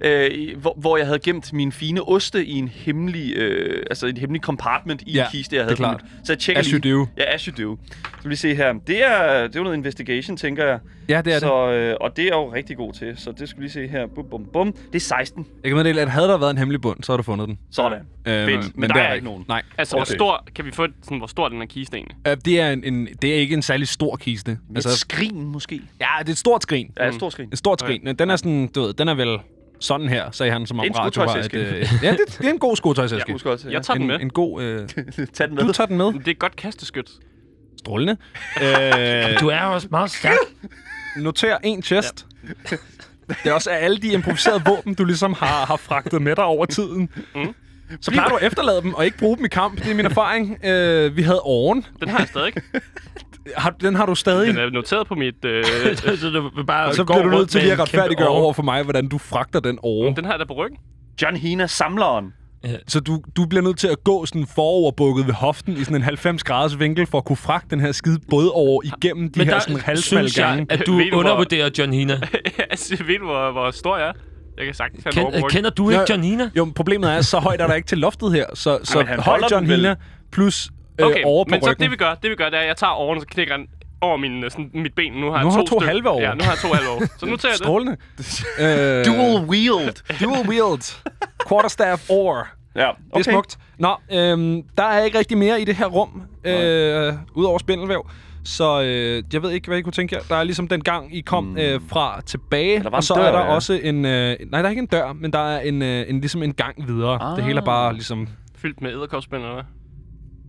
Speaker 3: øh, i- hvor, hvor jeg havde gemt mine fine oste i en hemmelig, øh, altså en hemmelig compartment i
Speaker 1: Ja,
Speaker 3: en kiste, jeg
Speaker 1: det
Speaker 3: havde.
Speaker 1: er klart.
Speaker 3: på mit- Så jeg tjekker
Speaker 1: As you
Speaker 3: lige.
Speaker 1: do.
Speaker 3: Ja, as you do. Så vi se her. Det er, det er jo noget investigation, tænker jeg.
Speaker 1: Ja, det er det.
Speaker 3: så, Øh, og det er jeg jo rigtig god til, så det skal vi lige se her. Bum, bum, bum. Det er 16.
Speaker 1: Jeg kan meddele, at havde der været en hemmelig bund, så havde du fundet den.
Speaker 3: Sådan.
Speaker 1: Øh,
Speaker 3: Fedt. Men, men
Speaker 1: det
Speaker 3: der er,
Speaker 1: der
Speaker 3: ikke nogen.
Speaker 1: Nej,
Speaker 2: Altså,
Speaker 3: Okay.
Speaker 2: hvor stor, kan vi få et- sådan, hvor stor er den her kiste egentlig?
Speaker 1: øh, det, er en, en, det er ikke en særlig stor kiste.
Speaker 3: Et
Speaker 1: Altså,
Speaker 3: skrin måske.
Speaker 1: ja, det er et stort skrin.
Speaker 3: Ja, et stort skrin.
Speaker 1: Et stort skrin. Men den er sådan, du ved, den er vel sådan her, sagde han, som om
Speaker 3: En
Speaker 1: radio var... Et,
Speaker 3: skotøjsæske.
Speaker 1: øh, ja, det, det, er en god skotøjsæske.
Speaker 3: Jeg husker også.
Speaker 2: Jeg tager den med.
Speaker 1: en, en god... Øh,
Speaker 3: Tag den med.
Speaker 1: du tager den med.
Speaker 2: Det er et godt kasteskyt.
Speaker 1: Strålende. øh,
Speaker 4: Du er også meget stærk.
Speaker 1: noter en chest. Det er også af alle de improviserede våben, du ligesom har, har fragtet med dig over tiden. Mm. Så plejer du at efterlade dem og ikke bruge dem i kamp. Det er min erfaring. Øh, vi havde åren.
Speaker 2: Den har jeg stadig.
Speaker 1: Har, den har du stadig.
Speaker 2: Den er noteret på mit... Øh,
Speaker 4: så, så du bare
Speaker 1: Og så
Speaker 4: går
Speaker 1: bliver du nødt
Speaker 4: rundt
Speaker 1: til
Speaker 4: med
Speaker 1: lige at
Speaker 4: en kæmpe
Speaker 1: retfærdiggøre
Speaker 4: åre.
Speaker 1: over for mig, hvordan du fragter den over.
Speaker 2: den har jeg da på ryggen.
Speaker 3: John Hina, samleren.
Speaker 1: Så du, du bliver nødt til at gå sådan foroverbukket ved hoften i sådan en 90 graders vinkel for at kunne fragte den her skide både over igennem de
Speaker 4: Men
Speaker 1: her
Speaker 4: der
Speaker 1: sådan halvsmalde
Speaker 4: synes jeg,
Speaker 1: gange.
Speaker 4: at du
Speaker 2: Ved du, hvor-
Speaker 4: undervurderer John Hina.
Speaker 2: altså, ved du, hvor, hvor stor jeg er? Jeg kan sagtens have den over på
Speaker 4: Ken,
Speaker 2: ryggen.
Speaker 4: kender du ikke
Speaker 1: Ja.
Speaker 4: John Hina?
Speaker 1: Jo, men problemet er, at så højt er der ikke til loftet her. Så, så
Speaker 3: men han
Speaker 1: høj
Speaker 3: holder
Speaker 1: John
Speaker 3: den vel.
Speaker 1: Hina plus øh,
Speaker 2: Okay,
Speaker 1: over på
Speaker 2: men så
Speaker 1: ryggen.
Speaker 2: det vi gør, det vi gør, det er, at jeg tager åren, og så knækker den over min, øh, sådan, mit ben. Nu har
Speaker 1: Nu
Speaker 2: jeg
Speaker 1: har
Speaker 2: to,
Speaker 1: du to
Speaker 2: styk-
Speaker 1: halve år.
Speaker 2: Ja, nu har jeg to halve år. Så nu tager jeg det.
Speaker 1: Strålende. øh,
Speaker 3: Dual wield.
Speaker 1: dual wield. Quarterstaff or. Det
Speaker 3: Ja, okay.
Speaker 1: er smukt. Nå, øhm, der er ikke rigtig mere i det her rum, øh, udover spindelvæv. Så øh, jeg ved ikke, hvad I kunne tænke jer. Der er ligesom den gang, I kom mm. øh, fra tilbage,
Speaker 3: der var
Speaker 1: og
Speaker 3: en
Speaker 1: så
Speaker 3: dør,
Speaker 1: er der
Speaker 3: Hmm. ja.
Speaker 1: også en... Øh, nej, der er ikke en dør, men der er en, øh, en ligesom en gang videre. Ah. Det hele er bare ligesom
Speaker 2: Fyldt med æderkopspænd, eller hvad?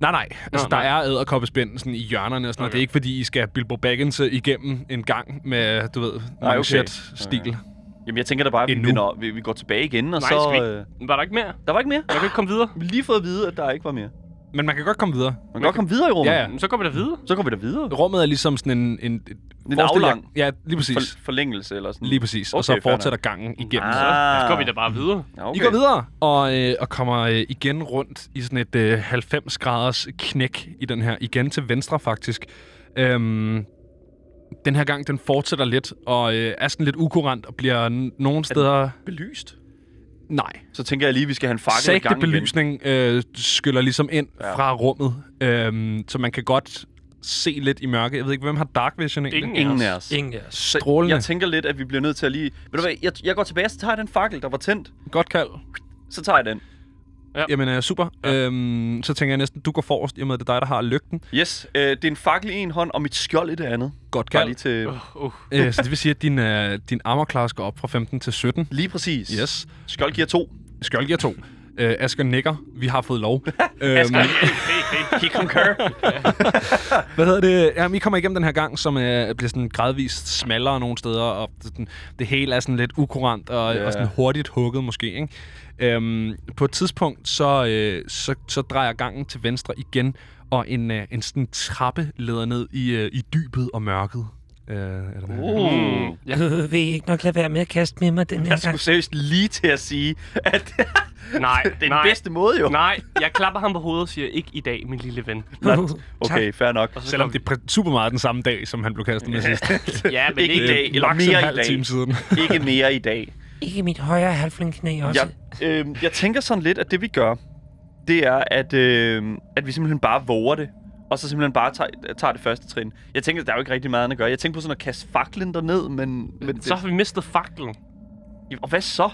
Speaker 1: Nej, nej. Altså,
Speaker 2: Nå,
Speaker 1: der
Speaker 2: nej.
Speaker 1: er æderkoppespinden sådan i hjørnerne og sådan noget.
Speaker 2: Okay.
Speaker 1: Det er ikke, fordi I skal Bilbo Baggins øh, igennem en gang med, du ved,
Speaker 3: Nej, okay.
Speaker 1: manchet-stil. Okay.
Speaker 3: Jamen, jeg tænker da bare, at vi,
Speaker 1: Endnu.
Speaker 3: vender, vi, vi går tilbage igen, og
Speaker 2: Nej,
Speaker 3: så...
Speaker 2: skal vi
Speaker 3: Øh,
Speaker 2: Var der ikke mere?
Speaker 3: der var ikke mere.
Speaker 2: Jeg kan ikke komme videre.
Speaker 3: Vi har lige fået at vide, at der ikke var mere.
Speaker 1: Men man kan godt komme videre.
Speaker 3: Man kan godt komme videre i rummet.
Speaker 1: Ja, ja.
Speaker 2: Men Så går vi da videre.
Speaker 3: Så går vi da videre.
Speaker 1: Rummet er ligesom sådan en... en et- forestil
Speaker 3: En
Speaker 1: jer-
Speaker 3: aflang.
Speaker 1: Ja, lige præcis.
Speaker 3: For, forlængelse eller sådan
Speaker 1: Lige præcis. Okay, og
Speaker 3: Mm. Okay,
Speaker 1: så
Speaker 3: fair
Speaker 1: fortsætter gangen igennem.
Speaker 3: Ah,
Speaker 1: Ah,
Speaker 2: Så, så går vi da bare videre.
Speaker 3: Ja, okay.
Speaker 1: I går videre og, øh, og kommer øh, igen rundt i sådan et øh, 90-graders knæk i den her. Igen til venstre, faktisk. Øhm, den her gang, den fortsætter lidt og øh, er sådan lidt ukurant og bliver n- nogle steder...
Speaker 3: Belyst.
Speaker 1: Nej.
Speaker 3: Så tænker jeg lige, at vi skal have en fakkel i
Speaker 1: sagte
Speaker 3: gang
Speaker 1: belysning øh, skyller ligesom ind ja.
Speaker 3: Ja.
Speaker 1: fra rummet, øh, så man kan godt se lidt i mørke. Jeg ved ikke, hvem har dark vision egentlig?
Speaker 2: Ingen.
Speaker 3: igen. Ingen af os.
Speaker 4: Ingen af os.
Speaker 3: Så
Speaker 1: Strålende.
Speaker 3: Jeg tænker lidt, at vi bliver nødt til at lige... Ved du hvad, jeg, jeg går tilbage, så tager jeg den fakkel, der var tændt.
Speaker 1: Godt kald.
Speaker 3: Så tager jeg den.
Speaker 2: Ja.
Speaker 1: Jamen, øh, super. Ja. Øhm, så tænker jeg næsten, du går forrest, i og med, at det er dig, der har lygten.
Speaker 3: Yes, øh, det er en fakkel i en hånd, og mit skjold i det andet.
Speaker 1: Godt
Speaker 3: Bare
Speaker 1: kald.
Speaker 3: lige, til,
Speaker 2: Uh, uh.
Speaker 1: Øh, så det vil sige, at din, øh, din armor class går op fra 15 til 17.
Speaker 3: lige præcis.
Speaker 1: Yes.
Speaker 3: Skjold giver to.
Speaker 1: Skjold giver to. Øh, Asger nikker. Vi har fået lov. øhm,
Speaker 3: Hey, hey, hey, he concur.
Speaker 1: Hvad hedder det? Jamen, I kommer igennem den her gang, som øh, bliver sådan gradvist smallere nogle steder, og sådan, det hele er sådan lidt ukurant og, yeah.
Speaker 3: Ja.
Speaker 1: og sådan hurtigt hugget måske, ikke? Øhm, på et tidspunkt, så, øh, så, så drejer gangen til venstre igen, og en, øh, en sådan trappe leder ned i, øh, i dybet og mørket. Øh, er den her.
Speaker 2: Mm.
Speaker 3: Uh.
Speaker 4: Ja. Øh, vil I ikke nok lade være med at kaste med mig den her
Speaker 3: Jeg skulle seriøst lige til at sige, at
Speaker 2: Nej,
Speaker 3: det er den
Speaker 2: nej,
Speaker 3: bedste måde jo.
Speaker 2: Nej, jeg klapper ham på hovedet og siger, ikke i dag, min lille ven.
Speaker 4: gang?
Speaker 3: Okay, fair nok.
Speaker 2: Og så
Speaker 1: Selvom
Speaker 2: kom-
Speaker 1: det er præ- super meget den samme dag, som han blev kastet med sidst.
Speaker 2: Ja, men
Speaker 3: Ikke i dag,
Speaker 1: Øh,
Speaker 3: eller
Speaker 1: maks en
Speaker 3: mere i
Speaker 1: halv
Speaker 3: dag.
Speaker 1: time siden.
Speaker 3: Ikke mere i dag.
Speaker 4: Ikke mit højre halvflinknæ også.
Speaker 3: Jeg, øh, jeg tænker sådan lidt, at det vi gør, det er, at, øh, at vi simpelthen bare våger det. Og så simpelthen bare tager, tager det første trin. Jeg tænker, der er jo ikke rigtig meget andet at gøre. Jeg tænkte på sådan at kaste faklen derned, men... men
Speaker 2: Så har vi mistet faklen.
Speaker 3: det, og hvad så?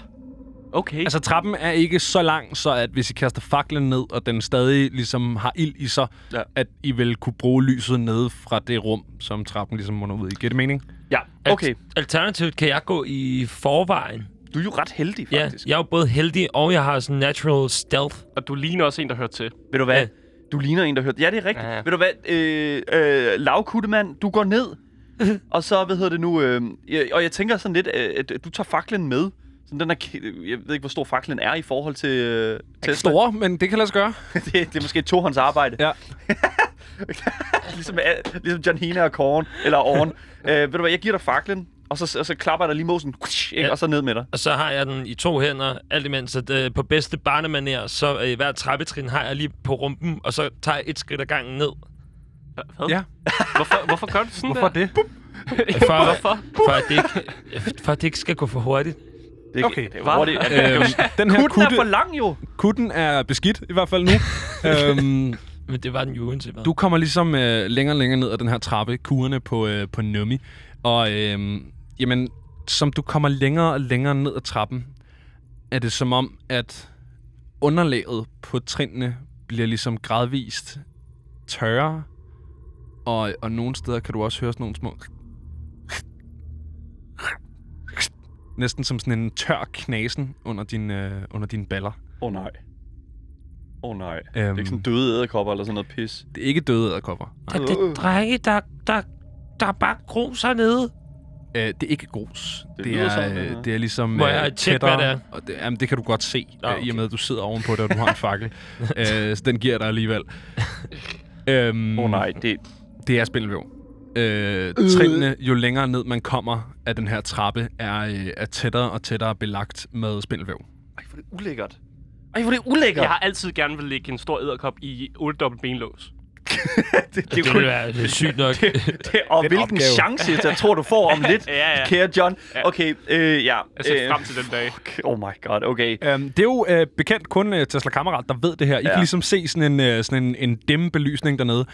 Speaker 2: Okay.
Speaker 1: Altså, trappen er ikke så lang, så at hvis I kaster faklen ned, og den stadig ligesom har ild i sig, ja.
Speaker 3: Ja.
Speaker 1: at I vil kunne bruge lyset nede fra det rum, som trappen ligesom munder ud i. Giver det mening?
Speaker 3: Ja, okay.
Speaker 4: Alt- Alternativt kan jeg gå i forvejen.
Speaker 3: Du er jo ret heldig,
Speaker 4: Ja,
Speaker 3: faktisk.
Speaker 4: jeg er jo både heldig, og jeg har sådan natural stealth.
Speaker 2: Og du ligner også en, der hører til.
Speaker 3: Ved du hvad?
Speaker 4: Ja.
Speaker 3: Ja. Du ligner en, der hørte... Ja, det er rigtigt.
Speaker 2: Ja,
Speaker 3: Ja,
Speaker 2: ja.
Speaker 3: ja. Ved du hvad? Øh, øh, Lavkuttemand, du går ned. og så, hvad hedder det nu? Øh, jeg- og jeg tænker sådan lidt, øh, at du tager faklen med. Sådan den der, ki- jeg ved ikke, hvor stor faklen er i forhold til øh, Tesla.
Speaker 1: Store, men det kan lade sig gøre.
Speaker 3: det, det er måske et tohånds arbejde.
Speaker 1: Ja.
Speaker 3: ligesom, øh, ligesom John Hina og Korn. Eller Orn. øh, ved du hvad? Jeg giver dig faklen. Og så, og så klapper jeg dig lige mosen.
Speaker 4: Ja.
Speaker 3: Ja. Og så ned med dig.
Speaker 4: Og så har jeg den i to hænder, alt imens at, øh, på bedste barnemanér, så øh, hver trappetrin har jeg lige på rumpen, og så tager jeg et skridt ad gangen ned.
Speaker 2: Hvad?
Speaker 1: Ja.
Speaker 2: Hvorfor, hvorfor gør du sådan
Speaker 1: Hvorfor
Speaker 2: der?
Speaker 1: det?
Speaker 4: For,
Speaker 2: Hvorfor?
Speaker 4: for, at det ikke, for at det ikke skal gå for hurtigt.
Speaker 3: Det,
Speaker 1: Okay.
Speaker 3: Det, er hurtigt.
Speaker 1: Øhm, den her
Speaker 3: Kutten er for
Speaker 1: kutte,
Speaker 3: lang jo.
Speaker 1: kutten er beskidt, i hvert fald nu. øhm,
Speaker 4: Men det var den jo uanset hvad.
Speaker 1: du kommer ligesom øh, længere og længere ned ad den her trappe, kurerne på, øh, på Nummi. Og øh, jamen, som du kommer længere og længere ned ad trappen, er det som om, at underlaget på trinene bliver ligesom gradvist tørre. Og, og nogle steder kan du også høre sådan nogle små... Næsten som sådan en tør knasen under, din, øh, under dine baller.
Speaker 3: Åh oh, nej. Åh oh, nej. Øhm. Det er
Speaker 1: Øhm.
Speaker 3: ikke sådan døde æderkopper eller sådan noget pis.
Speaker 1: Det er ikke døde æderkopper.
Speaker 4: Der, det, drenge, der, der, der er bare grus hernede.
Speaker 1: Øh, det er ikke grus. Det, det,
Speaker 3: lyder
Speaker 1: er,
Speaker 3: sådan, det
Speaker 1: øh,
Speaker 3: her.
Speaker 1: det er ligesom
Speaker 4: Må
Speaker 1: øh,
Speaker 4: jeg tjekke, hvad det er?
Speaker 1: Og det, jamen, det kan du godt se,
Speaker 4: Nå,
Speaker 1: øh, i og med, at du sidder ovenpå det, og du har en fakkel. øh, så den giver dig alligevel. øhm,
Speaker 3: Åh oh, nej, det,
Speaker 1: Det er spindelvæv. Øh, trinene, jo længere ned man kommer af den her trappe, er, øh, er tættere og tættere belagt med spindelvæv.
Speaker 3: Ej, hvor er det ulækkert. Ej, hvor er det ulækkert.
Speaker 2: Jeg har altid gerne vil lægge en stor æderkop i 8-dobbelt benlås.
Speaker 3: det,
Speaker 4: Det ville være lidt sygt nok.
Speaker 3: det, og
Speaker 1: Den
Speaker 3: hvilken
Speaker 1: opgave.
Speaker 3: opgave. chance, jeg tror, du får om lidt,
Speaker 2: Ja, ja.
Speaker 3: kære John. Okay, øh, ja.
Speaker 2: Jeg ser
Speaker 3: øh,
Speaker 2: frem til den dag.
Speaker 3: fuck, Oh my god, okay.
Speaker 1: Øhm, det er jo øh, bekendt kun øh, Tesla Kammerat, der ved det her. I ja.
Speaker 3: Ja.
Speaker 1: kan ligesom se sådan en, øh, sådan en, en dæmme belysning dernede.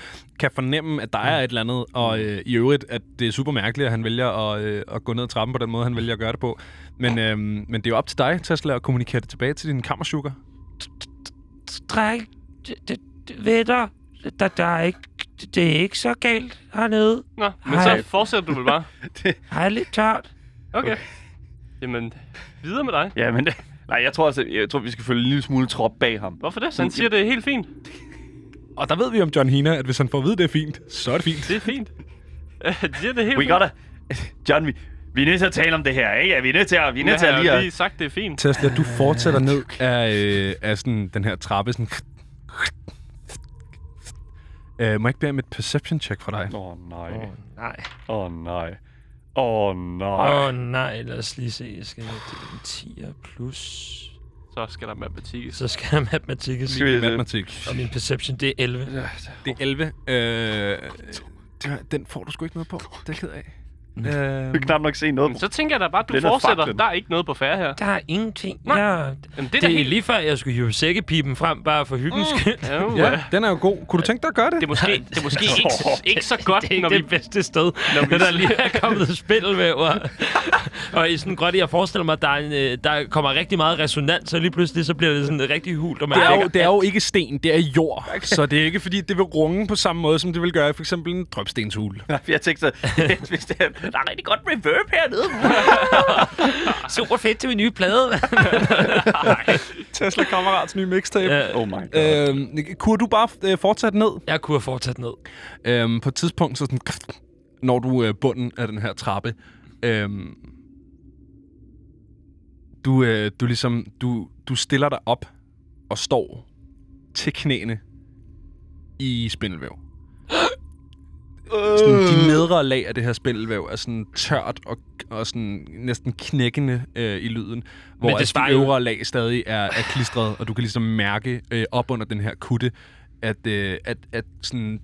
Speaker 1: Kan fornemme, at der er et eller andet. Og øh, i øvrigt, at det er super mærkeligt, at han vælger at, øh, at gå ned ad trappen på den måde, han vælger at gøre det på. Men, øh, men det er jo op til dig, Tesla, at kommunikere det tilbage til din kammersugar.
Speaker 4: Drenge, det, det, det, venner, der, der er ikke, det, det er ikke så galt hernede.
Speaker 2: Nå, men
Speaker 4: Hej.
Speaker 2: så fortsætter du vel bare.
Speaker 4: Har lidt tørt?
Speaker 2: Okay. Jamen, videre med dig.
Speaker 3: Ja, men... Nej, jeg tror altså, jeg tror, vi skal følge en lille smule trop bag ham.
Speaker 2: Hvorfor det? Så han siger, det er helt fint.
Speaker 1: Og der ved vi om John Hina, at hvis han får at vide, det er fint, så er det fint.
Speaker 2: Det er fint. Han siger, det er helt
Speaker 3: We
Speaker 2: fint.
Speaker 3: gotta... John, vi, vi er nødt til at tale om det her, ikke? Ja, vi er nødt til at, vi er
Speaker 2: Jeg
Speaker 3: nødt til at
Speaker 2: har
Speaker 3: lige
Speaker 2: jo
Speaker 3: at...
Speaker 2: lige sagt, det er fint.
Speaker 1: Tesla, du fortsætter ned af, øh, af sådan, den her trappe. Sådan. Øh, må jeg ikke bede om et perception check fra dig?
Speaker 3: Åh oh, nej,
Speaker 4: Åh,
Speaker 3: åh oh,
Speaker 4: oh, nej.
Speaker 3: nej, åh oh, nej.
Speaker 4: Åh oh, nej, lad os lige se. Jeg skal det er en 10'er plus.
Speaker 2: Så skal der matematik.
Speaker 4: Så skal jeg matematik og
Speaker 3: Skal vi,
Speaker 1: Matematik.
Speaker 4: Og min perception, det er 11.
Speaker 1: Det er 11. Øh, det var- den får du sgu ikke noget på. Det er jeg ked af.
Speaker 3: Vi kan knap nok se noget.
Speaker 2: Men så tænker jeg da bare, at du
Speaker 3: Den er
Speaker 2: fortsætter.
Speaker 3: fucked.
Speaker 2: Der er ikke noget på færre her.
Speaker 4: Der er ingenting.
Speaker 2: Nej.
Speaker 4: Jeg,
Speaker 2: Jamen, det er
Speaker 4: det
Speaker 2: da
Speaker 4: er
Speaker 2: helt... Mm.
Speaker 4: lige før, jeg skulle hive sækkepipen frem, bare for hyggens skyld.
Speaker 2: Ja, jo,
Speaker 1: Ja,
Speaker 2: ja.
Speaker 1: den er jo god. Kunne du tænke dig at gøre det?
Speaker 2: Det er måske, det er måske ikke, ikke så godt,
Speaker 4: Det er ikke
Speaker 2: når
Speaker 4: det
Speaker 2: vi...
Speaker 4: bedste sted, når, der lige er kommet spindelvæver. og i sådan godt, jeg forestiller mig, at der, er en, øh, der kommer rigtig meget resonans, og lige pludselig så bliver det sådan rigtig hult, og man
Speaker 1: Det er, jo,
Speaker 4: lægger-
Speaker 1: det er jo ikke sten, det er jord. Okay. Så det er ikke, fordi det vil runge på samme måde, som det vil gøre i for eksempel en drøbstenshule.
Speaker 3: Jeg tænkte så, hvis det er, der er rigtig godt reverb hernede.
Speaker 4: super fedt til min nye plade.
Speaker 1: Tesla-kammerats nye mixtape.
Speaker 4: Ja,
Speaker 3: Oh my god.
Speaker 1: Øhm, kunne du bare øh, fortsætte ned?
Speaker 4: jeg kunne have fortsat ned.
Speaker 1: Øhm, på et tidspunkt, så sådan, når du øh, bunden af den her trappe, øhm, du, øh, du ligesom, du, du stiller dig op og står til knæene i spindelvæv. Sådan,
Speaker 4: Øh.
Speaker 1: de nedre lag af det her spindelvæv er sådan tørt og, og sådan næsten knækkende øh, i lyden, hvor
Speaker 4: det
Speaker 1: altså,
Speaker 4: svarer
Speaker 1: de
Speaker 4: jo-
Speaker 1: øvre lag stadig er, er klistret, og du kan ligesom mærke øh, op under den her kutte, at, øh, at, at sådan,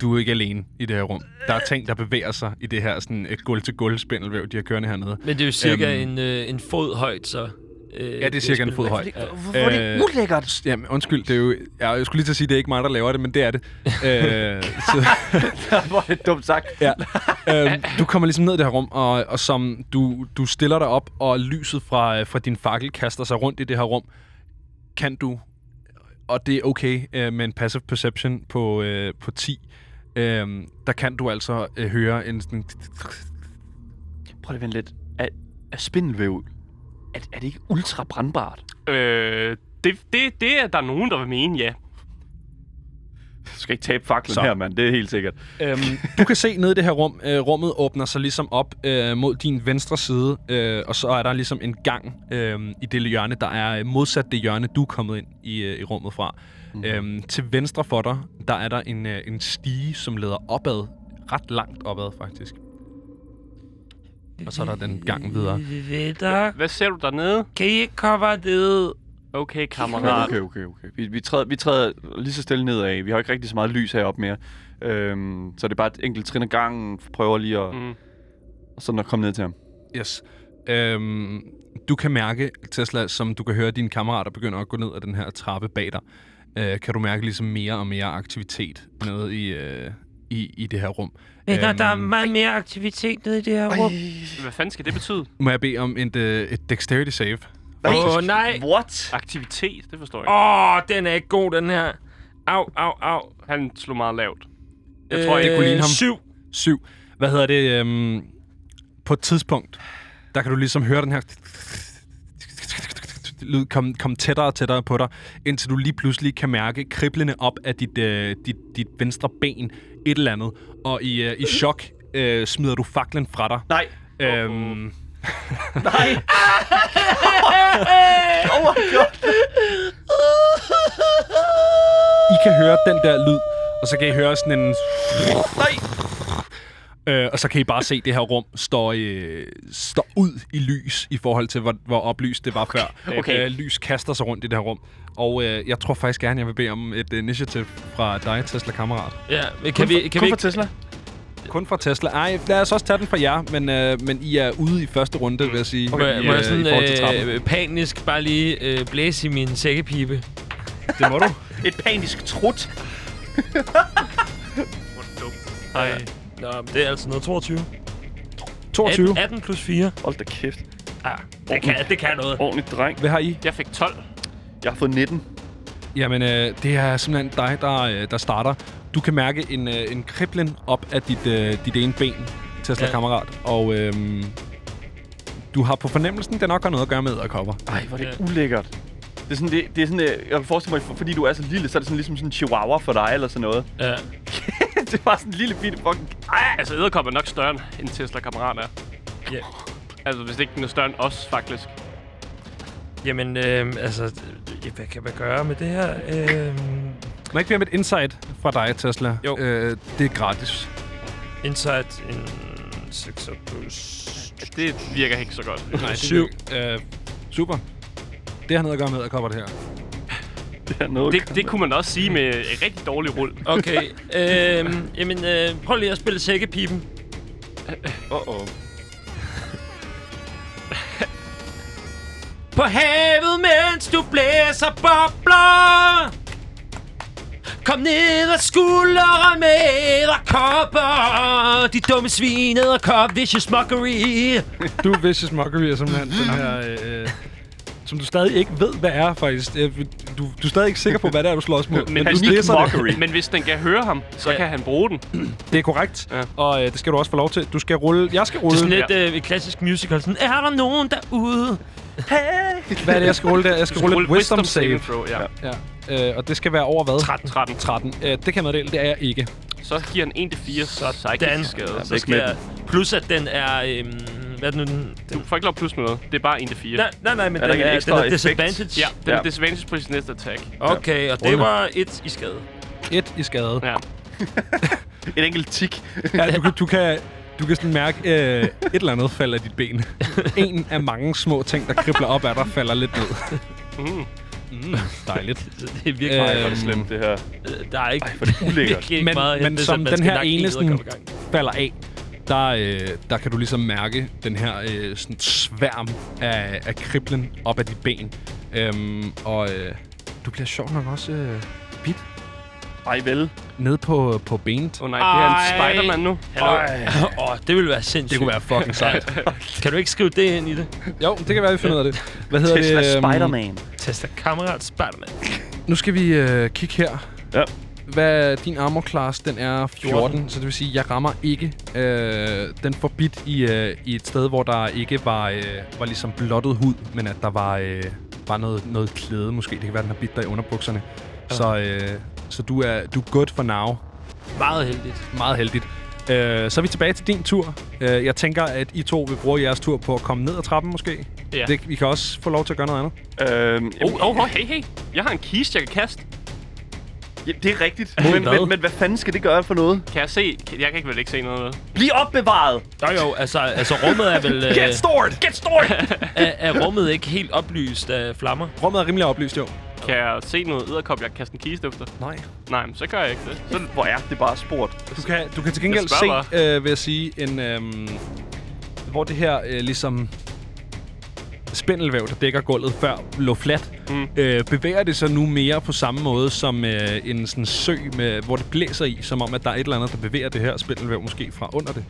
Speaker 1: du er ikke alene i det her rum. Der er ting, der bevæger sig i det her sådan, øh, gulv-til-gulv spindelvæv, de har kørende hernede.
Speaker 4: Men det er jo cirka
Speaker 1: Øhm.
Speaker 4: en, øh, en fod højt, så... Øh,
Speaker 1: Ja, det er cirka en fod høj.
Speaker 3: Hvorfor er
Speaker 1: Øh,
Speaker 3: det ulækkert?
Speaker 1: Jamen, undskyld, det er jo... Ja, jeg skulle lige til at sige, det er ikke mig, der laver det, men det er det. øh, så,
Speaker 2: Øh.
Speaker 3: Hvor er det dumt sagt.
Speaker 1: ja. øhm, du kommer ligesom ned i det her rum, og, og som du, du stiller dig op, og lyset fra, øh, fra din fakkel kaster sig rundt i det her rum, kan du, og det er okay øh, med en passive perception på, øh, på 10, øh, der kan du altså øh, høre en sådan...
Speaker 3: Prøv lige at vente lidt. Er, er spindelvæv, er, er det ikke ultra brandbart?
Speaker 2: Øh, det, det, det er der nogen, der vil mene, ja.
Speaker 3: Du skal ikke tabe faklen
Speaker 1: Så.
Speaker 3: her, mand. Det er helt sikkert.
Speaker 1: Øhm, du kan se nede i det her rum, øh, rummet åbner sig ligesom op øh, mod din venstre side, øh, og så er der ligesom en gang øh, i det hjørne, der er øh, modsat det hjørne, du er kommet ind i, øh, i rummet fra. Mm. Øhm, til venstre for dig, der er der en, øh, en stige, som leder opad, ret langt opad faktisk. Og så er der den gang videre.
Speaker 4: Videre.
Speaker 2: Hvad ser du dernede?
Speaker 4: Kan I ikke komme ned?
Speaker 1: Øhm.
Speaker 2: Okay, kammerat.
Speaker 3: Okay, okay, okay. Vi, vi, træder, vi træder lige så stille nedad. Vi har ikke rigtig så meget lys heroppe mere. Øhm, så det er bare et enkelt trin ad gangen. Prøver lige at,
Speaker 2: Mm.
Speaker 3: og sådan at komme ned til ham.
Speaker 1: Yes. Øhm, du kan mærke, Tesla, som du kan høre, at dine kammerater begynder at gå ned ad den her trappe bag dig. Øh, kan du mærke ligesom mere og mere aktivitet nede i, øh, i, i det her rum.
Speaker 4: Venner, der er
Speaker 1: Øhm,
Speaker 4: meget mere aktivitet nede i det her rum.
Speaker 2: Hvad fanden skal det betyde?
Speaker 1: Må jeg bede om et, øh, et dexterity save?
Speaker 4: Åh, oh, nej.
Speaker 3: What?
Speaker 2: Aktivitet, det forstår jeg ikke.
Speaker 4: Åh, oh, den er ikke god, den her. Au, au, au. Øh,
Speaker 2: Han slog meget lavt. Jeg tror, jeg kunne
Speaker 1: ligne ham.
Speaker 4: Syv.
Speaker 1: Syv. Hvad hedder det? Øhm, på et tidspunkt, der kan du ligesom høre den her lyd komme kom tættere og tættere på dig, indtil du lige pludselig kan mærke kriblende op af dit, øh, dit, dit venstre ben, et eller andet. Og i, øh, i chok øh, smider du faklen fra dig.
Speaker 3: Nej.
Speaker 1: Øhm,
Speaker 3: Nej. oh my god.
Speaker 1: I kan høre den der lyd, og så kan I høre sådan en...
Speaker 3: Nej.
Speaker 1: Øh, og så kan I bare se, at det her rum står, øh, står ud i lys i forhold til, hvor, hvor oplyst det var okay. før.
Speaker 3: Okay.
Speaker 1: Øh, lys kaster sig rundt i det her rum. Og øh, jeg tror faktisk gerne, jeg vil bede om et øh, initiativ fra dig, Tesla-kammerat.
Speaker 4: Ja, men kan vi, kan vi
Speaker 3: Kun for
Speaker 4: ikke...
Speaker 3: Tesla?
Speaker 1: Kun fra Tesla. Ej, lad os også tage den fra jer, men, øh, men I er ude i første runde, vil jeg sige.
Speaker 4: Må, jeg- må jeg
Speaker 1: i forhold til
Speaker 4: sådan
Speaker 1: trappen.
Speaker 4: øh, panisk bare lige øh, blæse i min sækkepipe?
Speaker 1: Det må du.
Speaker 3: Et panisk trut.
Speaker 4: Nej. Øh, Nå, men det er altså noget 22.
Speaker 1: 22.
Speaker 4: 18, 18 plus 4.
Speaker 3: Hold da kæft.
Speaker 4: Ah, det, kan, det kan noget.
Speaker 3: Ordentligt dreng.
Speaker 1: Hvad har I?
Speaker 2: Jeg fik 12.
Speaker 3: Jeg har fået 19.
Speaker 1: Jamen, øh, det er simpelthen dig, der, øh, der starter. Du kan mærke en, øh, en kriblen op af dit, øh, dit ene ben, Tesla-kammerat. Og øh, du har på fornemmelsen, det nok har noget at gøre med æderkopper.
Speaker 3: Ej, hvor er det ulækkert. Det er sådan, det, det er sådan, øh, jeg kan forestille mig, for- fordi du er så lille, så er det sådan ligesom sådan en chihuahua for dig, eller sådan noget.
Speaker 4: Ja.
Speaker 3: det er bare sådan en lille bitte fucking...
Speaker 2: Altså, æderkopper er nok større end- end Tesla-kammerat er.
Speaker 4: Ja.
Speaker 2: Altså, hvis ikke den er større end os, faktisk.
Speaker 4: Jamen, øh, altså, øh, hvad kan man gøre med det her? Øh,
Speaker 1: Må jeg ikke blive med et insight fra dig, Tesla?
Speaker 4: Jo.
Speaker 1: Øh, det er gratis.
Speaker 4: insight en 6 plus...
Speaker 2: Det virker ikke så godt.
Speaker 1: Nej,
Speaker 4: Syv.
Speaker 1: Øh, super. Det har noget at gøre med æderkopper, det her.
Speaker 3: Det er noget.
Speaker 2: Det, det kunne man også sige med en rigtig dårlig rull.
Speaker 4: øhm, Okay, øh, jamen, øh, prøv lige at spille sækkepipen.
Speaker 3: Uh-oh.
Speaker 4: På havet, mens du blæser bobler Kom ned og skuldre med æderkopper De dumme svin, æderkop, vicious mockery
Speaker 1: Du er Vicious Mockery er simpelthen den her... Øh, som du stadig ikke ved, hvad er faktisk. Øh, Du, du er stadig ikke sikker på, hvad det er, du slås mod.
Speaker 2: Men
Speaker 1: du
Speaker 2: han-
Speaker 1: slæser det.
Speaker 3: Mockery.
Speaker 2: Men hvis den kan høre ham, så
Speaker 4: Ja.
Speaker 2: ja. kan han bruge den.
Speaker 1: Det er korrekt.
Speaker 2: Ja.
Speaker 1: Og øh, det skal du også få lov til. Du skal rulle... Jeg skal rulle...
Speaker 4: Sådan lidt øh, et klassisk musical. Sådan, er der nogen derude?
Speaker 1: Hvad er det, jeg skal rulle der? Jeg skal, rulle et wisdom save.
Speaker 2: throw, ja.
Speaker 1: Ja. Øh, og det skal være over hvad?
Speaker 4: 13.
Speaker 2: 13.
Speaker 1: 13. Øh, det kan jeg meddele. Det er jeg ikke.
Speaker 2: Så giver han 1-4, så er
Speaker 4: Dan.
Speaker 2: psychic skade.
Speaker 4: Så skal
Speaker 3: med
Speaker 4: jeg, plus at den er... Øhm, hvad er det nu? Den,
Speaker 2: Du får ikke lov plus noget. Det er bare 1-4.
Speaker 4: nej, nej, nej, men
Speaker 3: Er der
Speaker 4: den
Speaker 3: ikke en
Speaker 4: er,
Speaker 3: ekstra
Speaker 4: den er
Speaker 3: effekt?
Speaker 4: disadvantage.
Speaker 2: Ja, den
Speaker 3: Ja.
Speaker 2: er disadvantage på sin næste attack.
Speaker 4: Okay, og det
Speaker 1: Rulle.
Speaker 4: var et i skade.
Speaker 1: Et i skade.
Speaker 2: Ja.
Speaker 3: Et enkelt tik.
Speaker 1: Ja, du, kan- du kan... Du kan sådan mærke, øh, et eller andet falder af dit ben. en af mange små ting, der kribler op af dig, falder lidt ned.
Speaker 2: Mm.
Speaker 1: Dejligt.
Speaker 4: Så det er virkelig
Speaker 1: Øh,
Speaker 4: øh,
Speaker 3: Ej, hvor er det slemt, det her.
Speaker 4: Der er ikke,
Speaker 3: Ej, hvor er det ulækkert.
Speaker 4: virkelig ikke
Speaker 1: Men-
Speaker 4: meget at
Speaker 1: men
Speaker 4: hente,
Speaker 1: som
Speaker 4: man
Speaker 1: den
Speaker 4: skal
Speaker 1: her
Speaker 4: nakke en
Speaker 1: ene sådan-
Speaker 4: edderkoppegang.
Speaker 1: falder af, der, øh, der kan du ligesom mærke den her øh, sådan sværm af, af kriblen op ad dit ben. Øhm, og øh, du bliver sjovt nok også øh, bit
Speaker 3: Ej, vel.
Speaker 1: nede på, på benet.
Speaker 2: Åh oh, nej, det er en
Speaker 4: Ej.
Speaker 2: Spider-Man nu.
Speaker 4: Hallo. Åh, oh, det ville være sindssygt.
Speaker 1: Det kunne være fucking sejt.
Speaker 4: Kan du ikke skrive det ind i det?
Speaker 1: jo, det kan være, vi finder ud af det. Hvad hedder
Speaker 3: Tesla
Speaker 1: det? øhm,
Speaker 3: Spider-Man.
Speaker 4: Tester kammerat Spiderman.
Speaker 1: Nu skal vi øh, kigge her.
Speaker 3: Ja.
Speaker 1: Hvad din armor class, den er 14, 14. så det vil sige, jeg rammer ikke. Øh, den får bit i, øh, i et sted, hvor der ikke var, øh, var ligesom blottet hud, men at der var, øh, var noget, noget klæde måske. Det kan være, den har bit dig i underbukserne. Ja. Så, øh, så du er du er good for now.
Speaker 4: Meget heldigt.
Speaker 1: Meget heldigt. Øh, så er vi tilbage til din tur. Øh, jeg tænker, at I to vil bruge jeres tur på at komme ned ad trappen måske.
Speaker 2: Ja.
Speaker 1: Det, I kan også få lov til at gøre noget andet.
Speaker 3: Øhm,
Speaker 2: Åh,
Speaker 3: jamen,
Speaker 2: oh, oh, hey, hey. Jeg har en kiste, jeg kan kaste.
Speaker 3: ja, det er rigtigt.
Speaker 4: Mod
Speaker 3: Men,
Speaker 4: hvad?
Speaker 3: men, men hvad fanden skal det gøre for noget?
Speaker 2: Kan jeg se? Jeg kan ikke vel ikke se noget.
Speaker 3: Bliv opbevaret!
Speaker 4: Jo jo, altså, altså rummet er vel... øh,
Speaker 3: stored! Get stored!
Speaker 4: er, er rummet ikke helt oplyst af flammer?
Speaker 1: Rummet er rimelig oplyst, jo.
Speaker 2: Kan jeg se noget edderkop, jeg kan kaste en kiste efter?
Speaker 1: Nej.
Speaker 2: Nej, men så gør jeg ikke det.
Speaker 3: Så, hvor er det bare sport?
Speaker 1: Du kan, du kan til gengæld
Speaker 2: Jeg spørger
Speaker 1: se, øh, vil jeg sige, en, øhm, hvor det her øh, ligesom spindelvæv, der dækker gulvet før, lå fladt. Mm. Øh, bevæger det sig nu mere på samme måde som øh, en sådan sø, med, hvor det blæser i, som om, at der er et eller andet, der bevæger det her spindelvæv måske fra under det.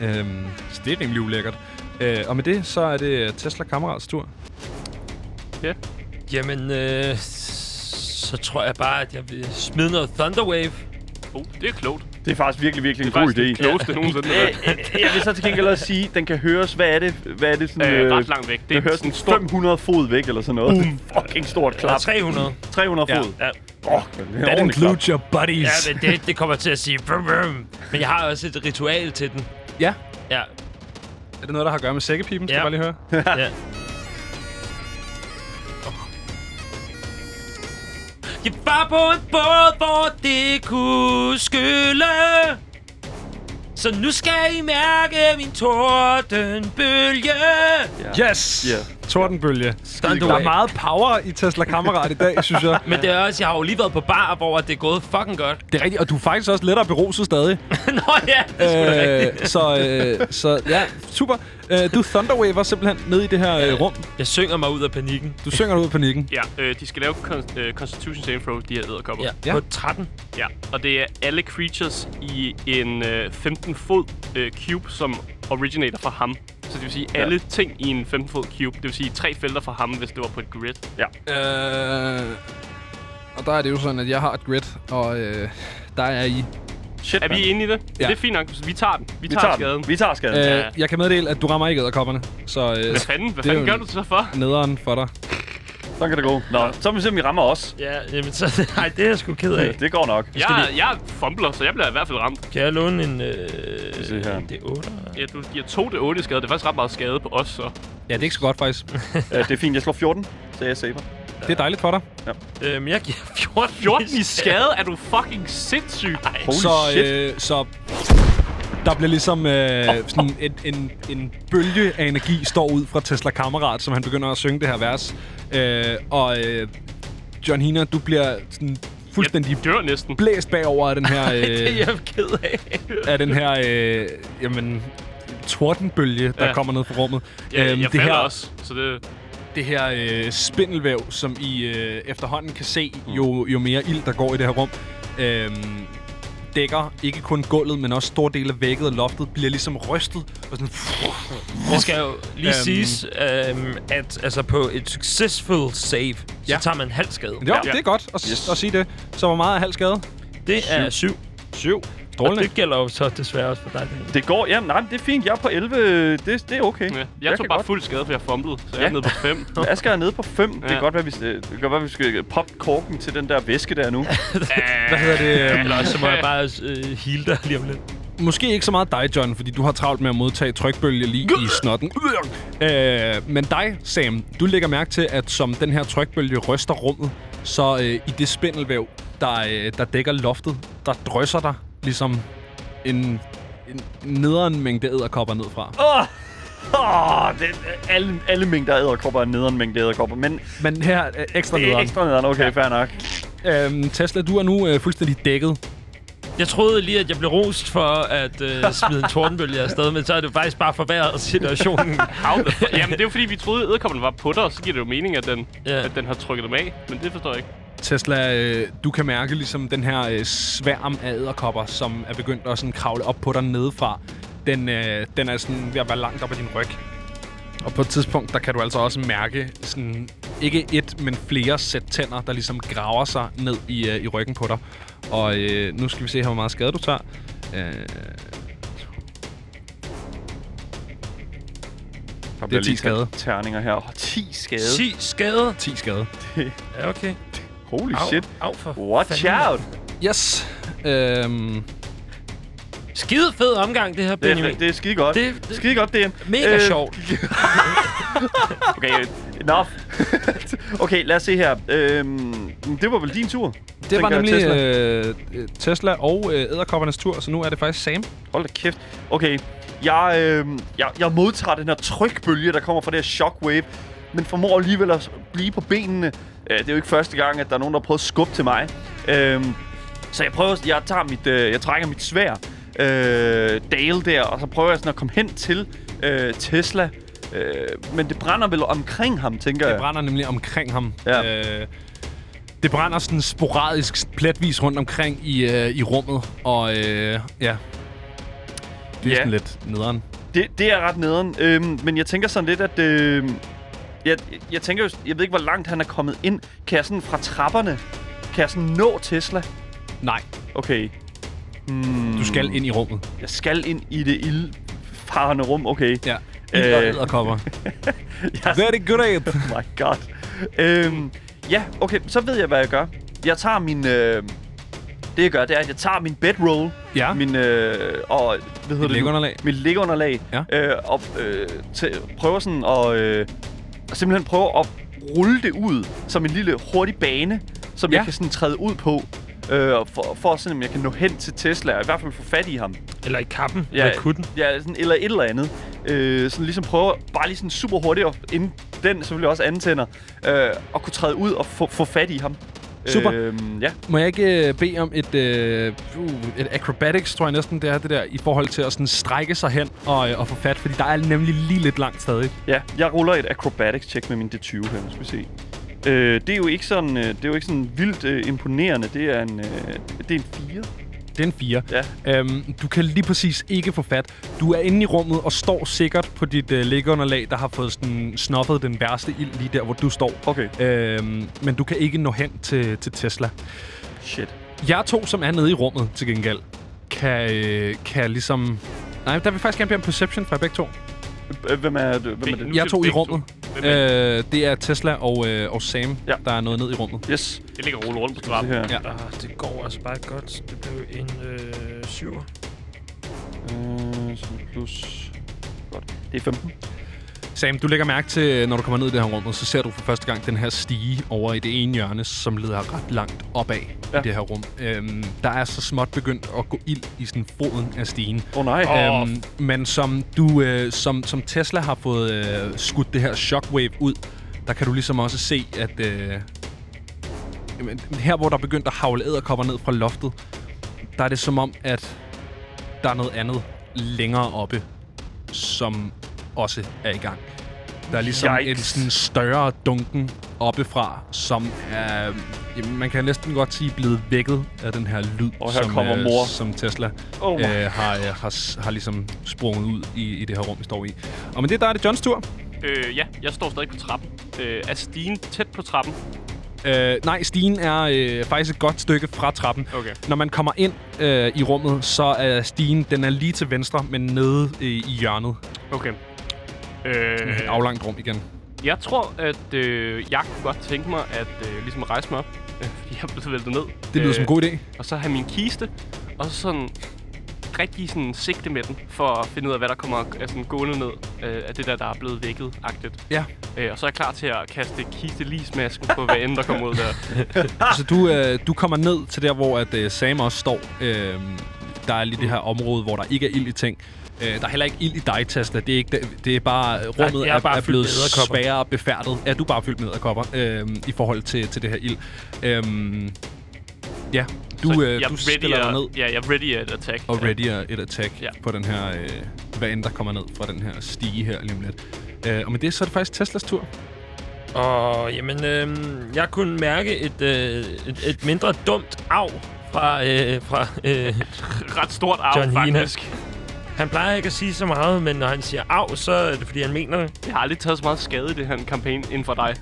Speaker 1: Øhm, så det er rimelig ulækkert. Øh, og med det, så er det Tesla Kammerats tur.
Speaker 4: Jamen, øh, så tror jeg bare, at jeg vil smide noget Thunderwave.
Speaker 2: Oh, det er klogt. Det
Speaker 3: Det er faktisk virkelig, virkelig en
Speaker 2: er
Speaker 3: god
Speaker 2: faktisk det
Speaker 3: idé.
Speaker 2: klogeste nogensinde.
Speaker 3: Øh,
Speaker 2: det der.
Speaker 3: øh, Jeg vil så til gengæld også sige, den kan høres. Hvad er det? Hvad er det sådan,
Speaker 2: Øh, ret langt væk.
Speaker 3: Det
Speaker 2: Det er
Speaker 3: høres
Speaker 2: sådan
Speaker 3: sådan
Speaker 2: en stor-
Speaker 3: 500 fod væk eller sådan noget. Boom. Fucking stort
Speaker 4: Klap.
Speaker 3: klap.
Speaker 4: 300.
Speaker 3: 300
Speaker 1: Ja.
Speaker 3: fod.
Speaker 4: Ja,
Speaker 3: Åh, det er ordentligt klap.
Speaker 1: your buddies.
Speaker 4: ja men det, det kommer til at sige... Brum, brum. Men jeg har også et ritual til den.
Speaker 1: Ja.
Speaker 4: Ja,
Speaker 1: Er det noget, der har at gøre med sækkepipen? Skal
Speaker 4: Ja.
Speaker 1: jeg bare lige høre.
Speaker 4: ja. Oh. Jeg var på en båd, hvor det kunne skylle. Så nu skal I mærke min tordenbølge.
Speaker 1: Yes!
Speaker 3: Ja.
Speaker 1: Tordenbølge. Der er
Speaker 4: Thunderwave.
Speaker 1: meget power i Tesla Kammerat i dag, synes jeg.
Speaker 4: Men det er også, jeg har jo lige været på bar, hvor det er gået fucking godt.
Speaker 1: Det er rigtigt, og du er faktisk også lettere beruset stadig.
Speaker 4: Nå ja, det er sgu da rigtigt.
Speaker 1: Øh, så, øh, så ja, super. Øh, du thunderwaver simpelthen ned i det her øh, rum.
Speaker 4: Jeg synger mig ud af panikken.
Speaker 1: Du synger dig ud af panikken.
Speaker 2: Ja, øh, de skal lave con- øh, Constitution Save Throw, de her æderkopper.
Speaker 4: Ja,
Speaker 1: Ja.
Speaker 4: ja. på 13.
Speaker 2: ja. Og det er alle creatures i en øh, 15-fod øh, cube, som originater fra ham. Så det vil sige, alle ting i en 15-fod cube. Det vil sige, tre felter fra ham, hvis det var på et grid.
Speaker 1: Øh, og der er det jo sådan, at jeg har et grid, og øh, der er I.
Speaker 3: Shit,
Speaker 2: Er vi
Speaker 3: mand.
Speaker 2: inde i det?
Speaker 1: Ja.
Speaker 2: Ja. Det er fint nok. Vi tager den. Vi,
Speaker 3: Vi
Speaker 2: tager,
Speaker 3: tager
Speaker 2: skaden.
Speaker 3: den. Vi tager skaden.
Speaker 1: Øh,
Speaker 2: Ja.
Speaker 1: Jeg kan meddele, at du rammer ikke æderkopperne, så øh,
Speaker 2: Hvad fanden? Hvad
Speaker 1: det er
Speaker 2: fanden
Speaker 1: jo-
Speaker 2: gør du så for?
Speaker 1: nederen for dig.
Speaker 3: Sådan kan det gå. Nå, så må vi se, om vi rammer os. Øh,
Speaker 4: Ja, jamen så... Nej, det er jeg sgu ked af.
Speaker 3: Det går nok.
Speaker 2: Jeg, jeg fumbler, så jeg bliver i hvert fald ramt.
Speaker 4: Kan jeg låne en... Øh,
Speaker 3: se her.
Speaker 4: en D8?
Speaker 2: Ja, du giver 2 til 8 skade. Det er faktisk ret meget skade på os, så.
Speaker 1: Ja, det er ikke så godt faktisk.
Speaker 3: Øh, det er fint. Jeg slår 14, så jeg saver.
Speaker 1: Det er dejligt for dig.
Speaker 4: Øhm, jeg giver 14.
Speaker 2: 14 i skade? Er du fucking sindssyg? Ej.
Speaker 3: Holy
Speaker 1: så,
Speaker 3: shit.
Speaker 1: Øh, så der bliver ligesom øh, sådan en, en, en bølge af energi står ud fra Tesla Kammerat, som han begynder at synge det her vers. Øh, og øh, John Hina, du bliver sådan fuldstændig
Speaker 2: Jeg dør næsten.
Speaker 1: blæst bagover af den her,
Speaker 4: Det er
Speaker 1: øh,
Speaker 4: jeg ked af.
Speaker 1: af den her øh, jamen, tordenbølge, der ja.
Speaker 2: Ja.
Speaker 1: kommer ned fra rummet.
Speaker 2: Jeg,
Speaker 1: Øhm,
Speaker 2: jeg
Speaker 1: det her,
Speaker 2: falder også, så det...
Speaker 1: det her øh, spindelvæv, som I øh, efterhånden kan se, jo, jo mere ild, der går i det her rum, øh, dækker ikke kun gulvet, men også store dele af vægget og loftet, bliver ligesom rystet. Og sådan,
Speaker 4: Det skal jo lige
Speaker 1: Øhm.
Speaker 4: øhm. siges, øhm, at altså, på et successful save, så
Speaker 1: Ja.
Speaker 4: tager man halv skade.
Speaker 1: jo, ja. det er godt at, yes.
Speaker 3: Yes.
Speaker 1: at sige det. Så hvor meget er halv skade?
Speaker 4: Det er syv.
Speaker 1: Syv.
Speaker 4: Og
Speaker 1: Strålende.
Speaker 4: det gælder jo så desværre også for dig. Daniel.
Speaker 3: Det går, jamen nej, men det er fint. Jeg er på 11. Det, det er okay.
Speaker 2: Ja. Jeg,
Speaker 3: kan
Speaker 2: jeg tog bare
Speaker 3: godt.
Speaker 2: fuld skade, for jeg fumblede, så jeg
Speaker 3: Ja.
Speaker 2: er nede på 5.
Speaker 3: Asger er nede på 5. Ja. Det
Speaker 2: Ja.
Speaker 3: kan godt være, vi, øh, det kan godt være, vi skal poppe korken til den der væske der nu.
Speaker 1: Hvad hedder det? Øhm,
Speaker 4: Eller også så må jeg bare øh, heal dig lige om lidt.
Speaker 1: Måske ikke så meget dig, John, fordi du har travlt med at modtage trykbølge lige i snotten. Øh, men dig, Sam, du lægger mærke til, at som den her trykbølge ryster rummet, så øh, i det spindelvæv, der, øh, der dækker loftet, der drysser der ligesom en, en nederen mængde æderkopper ned fra.
Speaker 3: Åh, oh, alle, alle mængder æderkopper er nederen mængde æderkopper, men
Speaker 1: Men her øh, ekstra
Speaker 3: det er
Speaker 1: nederen.
Speaker 3: ekstra nederen. Okay, fair nok.
Speaker 1: Øh, Tesla, du er nu øh, fuldstændig dækket.
Speaker 4: Jeg troede lige, at jeg blev rost for at øh, smide en tordenbølge afsted, men så er det jo faktisk bare forværret situationen.
Speaker 2: Jamen, det er jo fordi, vi troede, at æderkoppen var på dig, og så giver det jo mening, at den,
Speaker 4: Ja.
Speaker 2: at den har trykket dem af. Men det forstår jeg ikke.
Speaker 1: Tesla, øh, du kan mærke ligesom den her øh, sværm af æderkopper, som er begyndt at sådan kravle op på dig nedefra. Den, øh, den er sådan ved at være langt op ad din ryg. Og på et tidspunkt, der kan du altså også mærke sådan, ikke et, men flere sæt tænder, der ligesom graver sig ned i, øh, i ryggen på dig. Og øh, nu skal vi se, her, hvor meget skade du tager. Øh,
Speaker 3: Der
Speaker 1: bliver 10 lige skade.
Speaker 3: Terninger her. Åh, 10 skade.
Speaker 4: 10 skade.
Speaker 1: 10 skade.
Speaker 4: Ja, okay.
Speaker 3: Holy
Speaker 4: Au,
Speaker 3: shit.
Speaker 4: au for
Speaker 3: Watch
Speaker 4: fanden.
Speaker 3: out!
Speaker 1: Yes. Øhm,
Speaker 4: Skide fed omgang, det Øh. her,
Speaker 3: Det
Speaker 4: Benjamin.
Speaker 3: er, det er skide godt.
Speaker 4: Det- det-
Speaker 3: skide godt, DM.
Speaker 4: Mega sjovt.
Speaker 3: Okay, øh, enough. okay, lad os se her. Øhm, det var vel din tur?
Speaker 1: det var
Speaker 3: tænker jeg,
Speaker 1: nemlig
Speaker 3: Tesla.
Speaker 1: Tesla, øh, øh, Tesla og øh, æderkoppernes tur, så nu er det faktisk Sam.
Speaker 3: Hold da kæft. Okay, jeg, øh, jeg, jeg modtager den her trykbølge, der kommer fra det her shockwave, men formår alligevel at blive på benene. Øh, det er jo ikke første gang, at der er nogen, der prøver at skubbe til mig. Øh, så jeg prøver, jeg, tager mit, øh, jeg trækker mit svær, øh, Dale der, og så prøver jeg sådan at komme hen til øh, Tesla. Øh, men det brænder vel omkring ham, tænker
Speaker 1: Det
Speaker 3: jeg.
Speaker 1: brænder nemlig omkring ham.
Speaker 3: Ja.
Speaker 1: Øh, det brænder sådan sporadisk pletvis rundt omkring i, øh, i rummet, og øh, ja, det er
Speaker 3: Ja.
Speaker 1: sådan lidt nederen.
Speaker 3: Det, det er ret nederen, øhm, men jeg tænker sådan lidt, at... Øh, jeg, jeg tænker jo, jeg ved ikke, hvor langt han er kommet ind. Kan jeg sådan fra trapperne, kan jeg sådan nå Tesla?
Speaker 1: Nej,
Speaker 3: Okay, Mm.
Speaker 1: du skal ind i rummet.
Speaker 3: jeg skal ind i det ildfarende rum, okay.
Speaker 1: Ja.
Speaker 3: Øh.
Speaker 1: Øh. Og kommer.
Speaker 3: Jeg,
Speaker 1: Very good aid.
Speaker 3: oh my god. Øhm, ja, okay, så ved jeg, hvad jeg gør. Jeg tager min... Øh, det jeg gør, det er, at jeg tager min bedroll,
Speaker 1: Ja.
Speaker 3: min, øh, og, hvad hedder det nu?
Speaker 1: lægunderlag.
Speaker 3: Mit liggeunderlag.
Speaker 1: Ja.
Speaker 3: Øh, og øh, tæ- prøver sådan at... Øh, og simpelthen prøver at rulle det ud som en lille hurtig bane, som
Speaker 1: Ja.
Speaker 3: jeg kan sådan træde ud på. Øh, og for, for at se, om jeg kan nå hen til Tesla, og i hvert fald få fat i ham.
Speaker 4: Eller i kappen. Ja. Eller i kutten.
Speaker 3: Ja, sådan, eller et eller andet. Øh, sådan ligesom prøve bare lige sådan super hurtigt, og inden den selvfølgelig også antænder, øh, og kunne træde ud og få, få fat i ham.
Speaker 1: Super.
Speaker 3: Øh, ja.
Speaker 1: Må jeg ikke øh, bede om et, øh, uh, et acrobatics, tror jeg næsten, det er det der, i forhold til at sådan strække sig hen og, øh, og få fat, fordi der er nemlig lige lidt langt stadig.
Speaker 3: Ja, jeg ruller et acrobatics check med min D20 her, nu skal vi se. Øh, det er jo ikke sådan, øh, det er jo ikke sådan vildt øh, imponerende. Det er en, øh, det er en 4.
Speaker 1: Det er en 4.
Speaker 3: Ja.
Speaker 1: Øhm, du kan lige præcis ikke få fat. Du er inde i rummet og står sikkert på dit øh, liggeunderlag, der har fået sådan, snoppet den værste ild lige der, hvor du står.
Speaker 3: Okay.
Speaker 1: Øhm, men du kan ikke nå hen til, til Tesla.
Speaker 3: Shit.
Speaker 1: Jeg to, som er nede i rummet til gengæld, kan, øh, kan ligesom... Nej, der vil faktisk gerne blive en perception fra jer begge to.
Speaker 3: Øh, Hvem er det? Hvem er
Speaker 2: Fint.
Speaker 3: det?
Speaker 1: Jeg
Speaker 2: Nu siger
Speaker 1: to
Speaker 2: du
Speaker 1: i
Speaker 2: begge
Speaker 1: rummet.
Speaker 2: to. Hvem
Speaker 1: Øh, det er Tesla og, øh, og Sam,
Speaker 3: Ja.
Speaker 1: der er noget ned i rummet.
Speaker 3: Yes.
Speaker 2: Jeg ligger og ruller rundt på
Speaker 3: Det
Speaker 2: trappen.
Speaker 3: her.
Speaker 1: Ja.
Speaker 4: Ah, det går altså bare godt. Det blev en øh, syver.
Speaker 3: Øh, sådan plus... Godt. Det er 15.
Speaker 1: Sam, du lægger mærke til, når du kommer ned i det her rummet, så ser du for første gang den her stige over i det ene hjørne, som leder ret langt opad ja.
Speaker 3: Ja.
Speaker 1: i det her rum. Øhm, der er så småt begyndt at gå ild i sådan foden af stigen.
Speaker 3: Åh oh, nej.
Speaker 1: Oh. Øhm, men som, du, øh, som, som Tesla har fået øh, skudt det her shockwave ud, der kan du ligesom også se, at øh, jamen, her hvor der er begyndt at havle æderkopper ned fra loftet, der er det som om, at der er noget andet længere oppe, som også er i gang. Der er ligesom Yikes. en
Speaker 3: Yikes.
Speaker 1: sådan større dunken oppefra, som er, jamen, man kan næsten godt sige, blevet vækket af den her lyd,
Speaker 3: Og her
Speaker 1: som, øh,
Speaker 3: kommer mor.
Speaker 1: som Tesla
Speaker 3: Oh
Speaker 1: oh
Speaker 3: my.
Speaker 1: øh, har, øh, har, s- har ligesom sprunget ud i, i det her rum, vi står i. Og men det der er det Johns tur.
Speaker 2: Øh, ja, jeg står stadig på trappen. Øh, er stigen tæt på trappen?
Speaker 1: Øh, nej, stigen er øh, faktisk et godt stykke fra trappen.
Speaker 2: Okay.
Speaker 1: Når man kommer ind øh, i rummet, så er stigen, den er lige til venstre, men nede øh, i hjørnet.
Speaker 2: Okay.
Speaker 1: Øh. Et
Speaker 2: Øh,
Speaker 1: aflangt rum igen.
Speaker 2: jeg tror, at øh, jeg kunne godt tænke mig at øh, ligesom rejse mig op, øh, fordi jeg er blevet væltet ned.
Speaker 1: Det lyder øh. som en god idé.
Speaker 2: Og så have min kiste, og så sådan rigtig sådan sigte med den, for at finde ud af, hvad der kommer altså, gående ned øh, af det der, der er blevet vækket-agtigt.
Speaker 1: Ja.
Speaker 2: Øh, og så er jeg klar til at kaste kistelismasken på hvad end der kommer ud der.
Speaker 1: Så du, øh, du kommer ned til der, hvor at, øh, Sam også står. Øh, der er lige det her område, hvor der ikke er ild i ting. Øh, der er heller ikke ild i dig, Tesla. Det er, ikke, det, det er bare, rummet
Speaker 4: jeg er
Speaker 1: er,
Speaker 4: bare
Speaker 1: er
Speaker 4: fyldt
Speaker 1: blevet
Speaker 4: med edderkopper.
Speaker 1: sværere befærdet. Ja, du er bare fyldt med æderkopper øh, i forhold til, til det her ild. Øh, ja, du, øh,
Speaker 2: jeg
Speaker 1: du
Speaker 2: ready
Speaker 1: stiller dig
Speaker 2: at-
Speaker 1: ned.
Speaker 2: Ja, jeg er ready at attack.
Speaker 1: og ready at- et attack
Speaker 2: Ja.
Speaker 1: ja. på den her, øh, hvad end der kommer ned fra den her stige her lige om lidt. Øh, og med det, så er det faktisk Teslas tur.
Speaker 4: Og jamen, øh, jeg kunne mærke et, øh, et, et mindre dumt af fra, øh, fra øh,
Speaker 2: Ret stort arv,
Speaker 4: John Hina.
Speaker 2: faktisk.
Speaker 4: Han plejer ikke at sige så meget, men når han siger af, så er det, fordi han mener det.
Speaker 2: Jeg har aldrig taget så meget skade i det her kampagne inden for dig.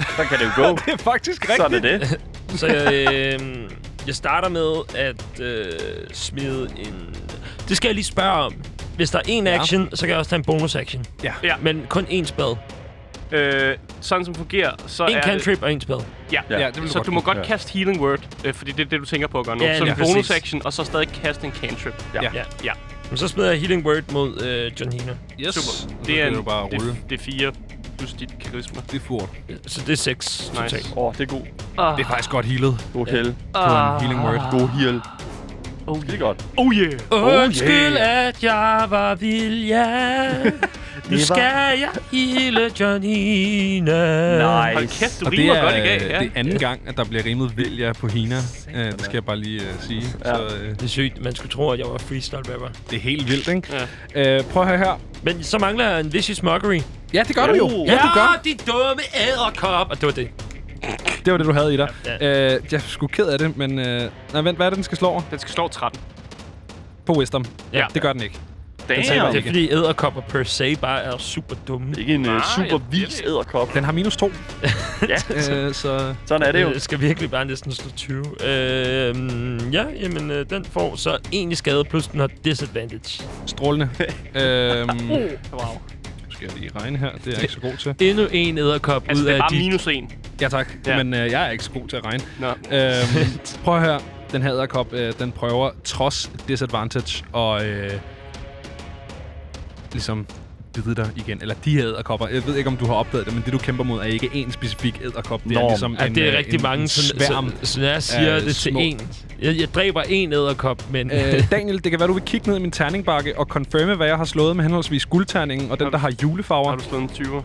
Speaker 3: Så kan det jo gå.
Speaker 1: Det er faktisk
Speaker 3: Så er det det.
Speaker 4: Så jeg, øh, jeg starter med at øh, smide en... Det skal jeg lige spørge om. Hvis der er én action, så kan jeg også tage en bonus action.
Speaker 1: Ja.
Speaker 2: Ja.
Speaker 4: Men kun én spil.
Speaker 2: øh, sådan som fungerer, så
Speaker 4: En
Speaker 2: er det...
Speaker 4: cantrip og én spil.
Speaker 2: Ja.
Speaker 1: Ja,
Speaker 2: ja.
Speaker 1: det vil
Speaker 2: Så du må godt kaste Healing Word, øh, fordi det er det, du tænker på at gøre nu.
Speaker 4: Ja,
Speaker 2: så
Speaker 4: lige
Speaker 2: en bonus
Speaker 4: præcis.
Speaker 2: action, og så stadig kaste en cantrip.
Speaker 1: Ja.
Speaker 4: Ja.
Speaker 2: Ja,
Speaker 4: Men så smider jeg Healing Word mod øh, John Hina.
Speaker 1: Yes.
Speaker 2: super.
Speaker 1: Super.
Speaker 2: Det er, en,
Speaker 1: jo bare
Speaker 2: det,
Speaker 1: rulle.
Speaker 2: det er fire plus dit karisma.
Speaker 1: Det er fort.
Speaker 4: Så det er 6 nice.
Speaker 2: Nice.
Speaker 4: totalt.
Speaker 3: Åh, oh, det er god.
Speaker 2: Ah,
Speaker 1: Det er faktisk godt healet
Speaker 3: God ja. held.
Speaker 1: på en healing word.
Speaker 3: God heal.
Speaker 2: Oh,
Speaker 3: Det er godt.
Speaker 2: oh yeah!
Speaker 4: Undskyld, at jeg var vild, ja. Nu
Speaker 3: Det var-
Speaker 4: skal jeg hele Johnina.
Speaker 2: Øh, Hold kæft, du
Speaker 1: Og det
Speaker 2: rimer
Speaker 1: er,
Speaker 2: godt i dag.
Speaker 1: øh,
Speaker 2: Ja.
Speaker 1: det er anden gang, at der bliver rimet vilja på Hina. Øh, det skal jeg bare lige øh, sige.
Speaker 3: Ja.
Speaker 1: Så, øh,
Speaker 4: Det er sygt. Man skulle tro, at jeg var freestyle rapper.
Speaker 1: det er helt vildt, ikke? Ja. Øh, prøv at høre her.
Speaker 4: Men så mangler jeg en vicious mockery.
Speaker 1: Ja, det gør du
Speaker 2: Oh.
Speaker 1: jo.
Speaker 4: Ja,
Speaker 1: Ja, du gør.
Speaker 4: de dumme æderkop! Og det var det.
Speaker 1: Det var det, du havde i dig.
Speaker 4: Ja,
Speaker 1: Øh, jeg er sgu ked af det, men... Øh, nej, vent, hvad er det, den skal slå over?
Speaker 2: Den skal slå 13.
Speaker 1: På wisdom.
Speaker 4: Ja.
Speaker 1: Det gør den ikke.
Speaker 3: Damn.
Speaker 4: Det er fordi æderkopper per se bare er super dumme.
Speaker 3: Ikke en uh,
Speaker 2: Nej,
Speaker 3: super
Speaker 2: jeg-
Speaker 3: vis
Speaker 2: jeg-
Speaker 3: æderkop.
Speaker 1: Den har minus to,
Speaker 3: Ja,
Speaker 1: øh, så...
Speaker 3: sådan er det jo.
Speaker 2: Øh.
Speaker 4: Jeg skal virkelig bare næsten slå 20. Øh, ja, jamen, øh, den får så egentlig skade, plus den har disadvantage.
Speaker 1: Strålende. øhm,
Speaker 2: Wow.
Speaker 1: nu skal jeg lige regne her. Det er jeg ikke så god til.
Speaker 4: Endnu en æderkop
Speaker 2: Altså,
Speaker 4: ud
Speaker 2: det er
Speaker 4: af
Speaker 2: bare
Speaker 4: de...
Speaker 2: minus 1.
Speaker 1: Ja, tak.
Speaker 2: Ja.
Speaker 1: Ja. Men øh, jeg er ikke så god til at regne.
Speaker 2: Nå.
Speaker 1: Øhm, prøv at høre. Den her æderkop, øh, den prøver trods disadvantage og øh, ligesom bide dig igen. Eller de her æderkopper. Jeg ved ikke, om du har opdaget det, men det, du kæmper mod, er ikke én specifik æderkop. Det er
Speaker 3: Nå,
Speaker 1: ligesom
Speaker 4: Ja,
Speaker 1: en,
Speaker 4: det er
Speaker 1: øh,
Speaker 4: rigtig
Speaker 1: en,
Speaker 4: mange,
Speaker 1: en
Speaker 4: så,
Speaker 1: sværm.
Speaker 4: så, så når jeg siger
Speaker 1: af
Speaker 4: det til
Speaker 1: små-
Speaker 4: en. Jeg, jeg dræber en æderkop, men...
Speaker 1: Øh, Daniel, det kan være, du vil kigge ned i min terningbakke og confirme, hvad jeg har slået med henholdsvis guldterningen og den, der har julefarver.
Speaker 2: Har du slået en 20'er?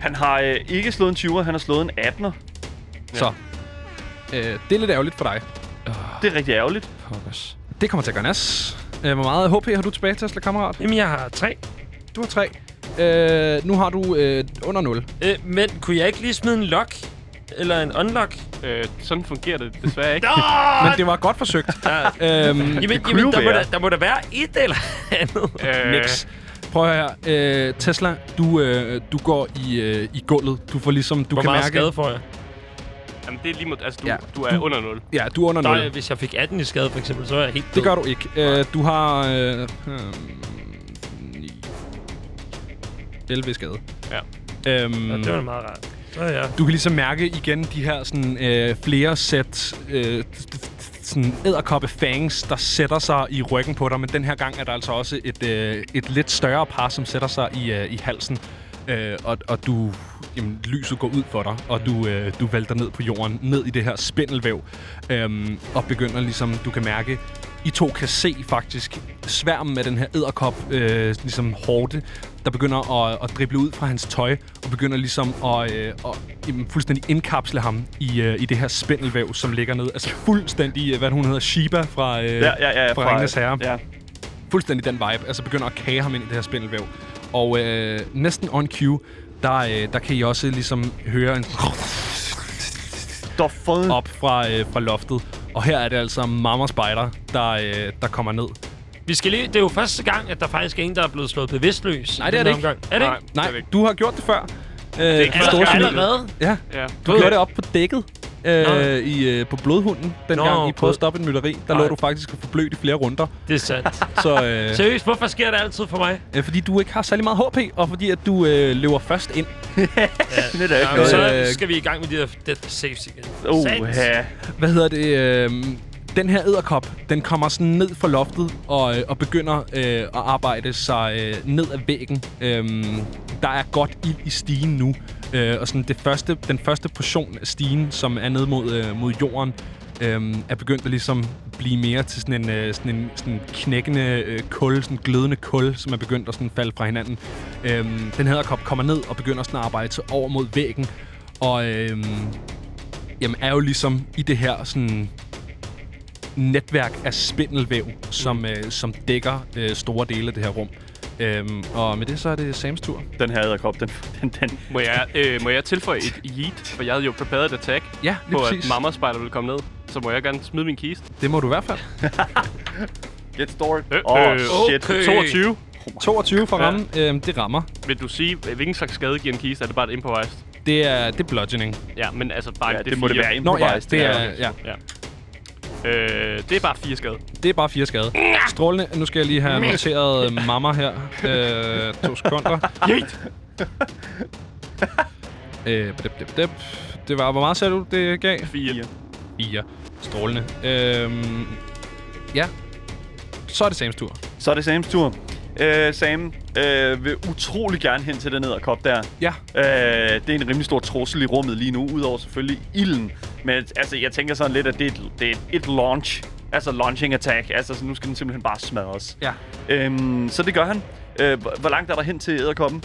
Speaker 3: Han har øh, ikke slået en 20'er, han har slået en 18'er.
Speaker 1: Så øh, det er lidt ærgerligt for dig.
Speaker 3: Det er rigtig ærgerligt.
Speaker 4: Pokkers.
Speaker 1: Det kommer til at gøre nas. Øh, hvor meget HP har du tilbage, Tesla, kammerat?
Speaker 4: Jamen, jeg har tre.
Speaker 1: Du har tre. Øh, nu har du øh, under 0.
Speaker 4: Øh, men kunne jeg ikke lige smide en lock? Eller en unlock?
Speaker 2: Øh, sådan fungerer det desværre ikke.
Speaker 1: Men det var godt forsøgt.
Speaker 4: Ja.
Speaker 1: øhm,
Speaker 4: Jamen,
Speaker 3: kunne jo
Speaker 4: jamen der, må
Speaker 3: være.
Speaker 4: der, der må der være et eller andet.
Speaker 2: Øh,
Speaker 1: Nix. Prøv at høre her. Øh, Tesla, du, øh, du går i, øh, i gulvet. Du får ligesom... Du
Speaker 4: Hvor
Speaker 1: kan
Speaker 4: meget
Speaker 1: mærke,
Speaker 4: skade får jeg?
Speaker 2: Jamen, det er lige mod... Altså, du, ja.
Speaker 1: Ja.
Speaker 2: du er under 0.
Speaker 1: Ja, du er under 0.
Speaker 4: Nej, hvis jeg fik 18 i skade, for eksempel, så er jeg helt død.
Speaker 1: Det gør du ikke. Øh, du har... Øh, øh, 11 i skade.
Speaker 2: Ja.
Speaker 1: Øhm,
Speaker 4: Ja, det var da meget rart. Så er jeg...
Speaker 1: Du kan ligesom mærke igen de her sådan, øh, flere sæt øh, sådan æderkoppe fangs, der sætter sig i ryggen på dig, men den her gang er der altså også et, øh, et lidt større par, som sætter sig i, øh, i halsen, øh, og, og du, jamen, lyset går ud for dig, og du, øh, du vælter ned på jorden, ned i det her spindelvæv, øh, og begynder ligesom, du kan mærke, I to kan se faktisk sværmen af den her æderkop, øh, ligesom hårde, der begynder at, at drible ud fra hans tøj, og begynder ligesom at, øh, at jamen, fuldstændig indkapsle ham i, øh, i det her spindelvæv, som ligger nede. Altså fuldstændig, øh, hvad hun hedder, Shiba fra, øh,
Speaker 3: Ja, ja, ja.
Speaker 1: fra Ringens Herre.
Speaker 3: Ja.
Speaker 1: fuldstændig den vibe, altså begynder at kage ham ind i det her spindelvæv. Og øh, næsten on cue, der, øh, der kan I også ligesom høre en
Speaker 3: Der fået...
Speaker 1: op fra, øh, fra loftet. Og her er det altså Mama Spider, der, øh, der kommer ned.
Speaker 4: Vi skal lige, det er jo første gang, at der faktisk er en, der er blevet slået bevidstløs.
Speaker 1: Nej,
Speaker 4: i
Speaker 1: det er
Speaker 4: den
Speaker 1: det ikke.
Speaker 4: her omgang. Er det
Speaker 2: Nej.
Speaker 4: ikke?
Speaker 1: Nej,
Speaker 2: er væk.
Speaker 1: du har gjort det før. Øh, det
Speaker 2: ikke første gang.
Speaker 4: Allerede?
Speaker 1: Ja,
Speaker 2: Ja.
Speaker 1: du gjorde det op på dækket.
Speaker 4: Nå.
Speaker 1: Øh, i, øh, på blodhunden, dengang
Speaker 4: Nå,
Speaker 1: I prøvede
Speaker 4: blod-
Speaker 1: at stoppe en mytteri, der
Speaker 4: Nej.
Speaker 1: lå du faktisk og forblødt i flere runder.
Speaker 4: Det er sandt.
Speaker 1: Så, øh,
Speaker 4: Seriøst, hvorfor sker det altid for mig?
Speaker 1: øh, fordi du ikke har særlig meget HP, og fordi at du øh, løber først ind.
Speaker 3: Det er da ikke
Speaker 4: Jamen,
Speaker 3: noget.
Speaker 4: så
Speaker 1: Øh,
Speaker 4: skal vi i gang med de der death saves igen. Satans.
Speaker 3: Oha.
Speaker 1: Hvad hedder det? Øh, den her æderkop, den kommer sådan ned fra loftet og, øh, og begynder øh, at arbejde sig øh, ned ad væggen. Øh, der er godt ild i stigen nu. Øh, og sådan det første, den første portion af stigen, som er ned mod, øh, mod jorden, øh, er begyndt at ligesom blive mere til sådan en, øh, sådan en sådan knækkende øh, kul, sådan glødende kul, som er begyndt at sådan falde fra hinanden. Øh, den her æderkop kommer ned og begynder sådan at arbejde sig over mod væggen. Og øh, jamen, er jo ligesom i det her sådan netværk af spindelvæv, som, øh, som dækker øh, store dele af det her rum. Øhm, og med det, så er det Sams tur.
Speaker 3: Den her æderkop, den, den, den.
Speaker 2: Må jeg, øh, må jeg tilføje et yeet? For jeg havde jo prepared et attack
Speaker 1: Ja, lige
Speaker 2: på,
Speaker 1: præcis.
Speaker 2: at Mama Spider ville komme ned. Så må jeg gerne smide min kiste.
Speaker 1: Det må du i hvert fald.
Speaker 3: Get stored.
Speaker 2: Øh,
Speaker 3: Åh,
Speaker 2: øh,
Speaker 3: shit.
Speaker 4: okay.
Speaker 2: 22.
Speaker 1: 22 for rammen, øhm, det rammer.
Speaker 2: Vil du sige, øh, hvilken slags skade giver en kiste? Er det bare et improvised?
Speaker 1: Det er, det er bludgeoning.
Speaker 2: Ja, men altså bare
Speaker 3: Ja,
Speaker 2: det,
Speaker 3: det må det
Speaker 2: fire.
Speaker 3: være
Speaker 1: Nå ja,
Speaker 3: improvised.
Speaker 1: det
Speaker 3: der.
Speaker 1: er, ja,
Speaker 2: Ja. Øh, det er bare fire skade.
Speaker 1: det er bare fire skade. Strålende. Nu skal jeg lige have noteret øh, mamma her. Øh, to sekunder.
Speaker 2: Yeet!
Speaker 1: Øh, dip, dip, dip. Det var, hvor meget sagde du, det gav?
Speaker 2: Fire.
Speaker 1: 4. Strålende. Øhm, ja. Så er det Sams tur.
Speaker 3: Så er det Sams tur. Øh, Sam øh, vil utrolig gerne hen til den æderkop der.
Speaker 1: Ja.
Speaker 3: Øh, det er en rimelig stor trussel i rummet lige nu, udover selvfølgelig ilden. Men altså, jeg tænker sådan lidt, at det er et, det er et launch. Altså launching attack. Altså, så nu skal den simpelthen bare smadres.
Speaker 1: Ja.
Speaker 3: Øhm, så det gør han. Øh, hvor hvor langt er der hen til æderkoppen?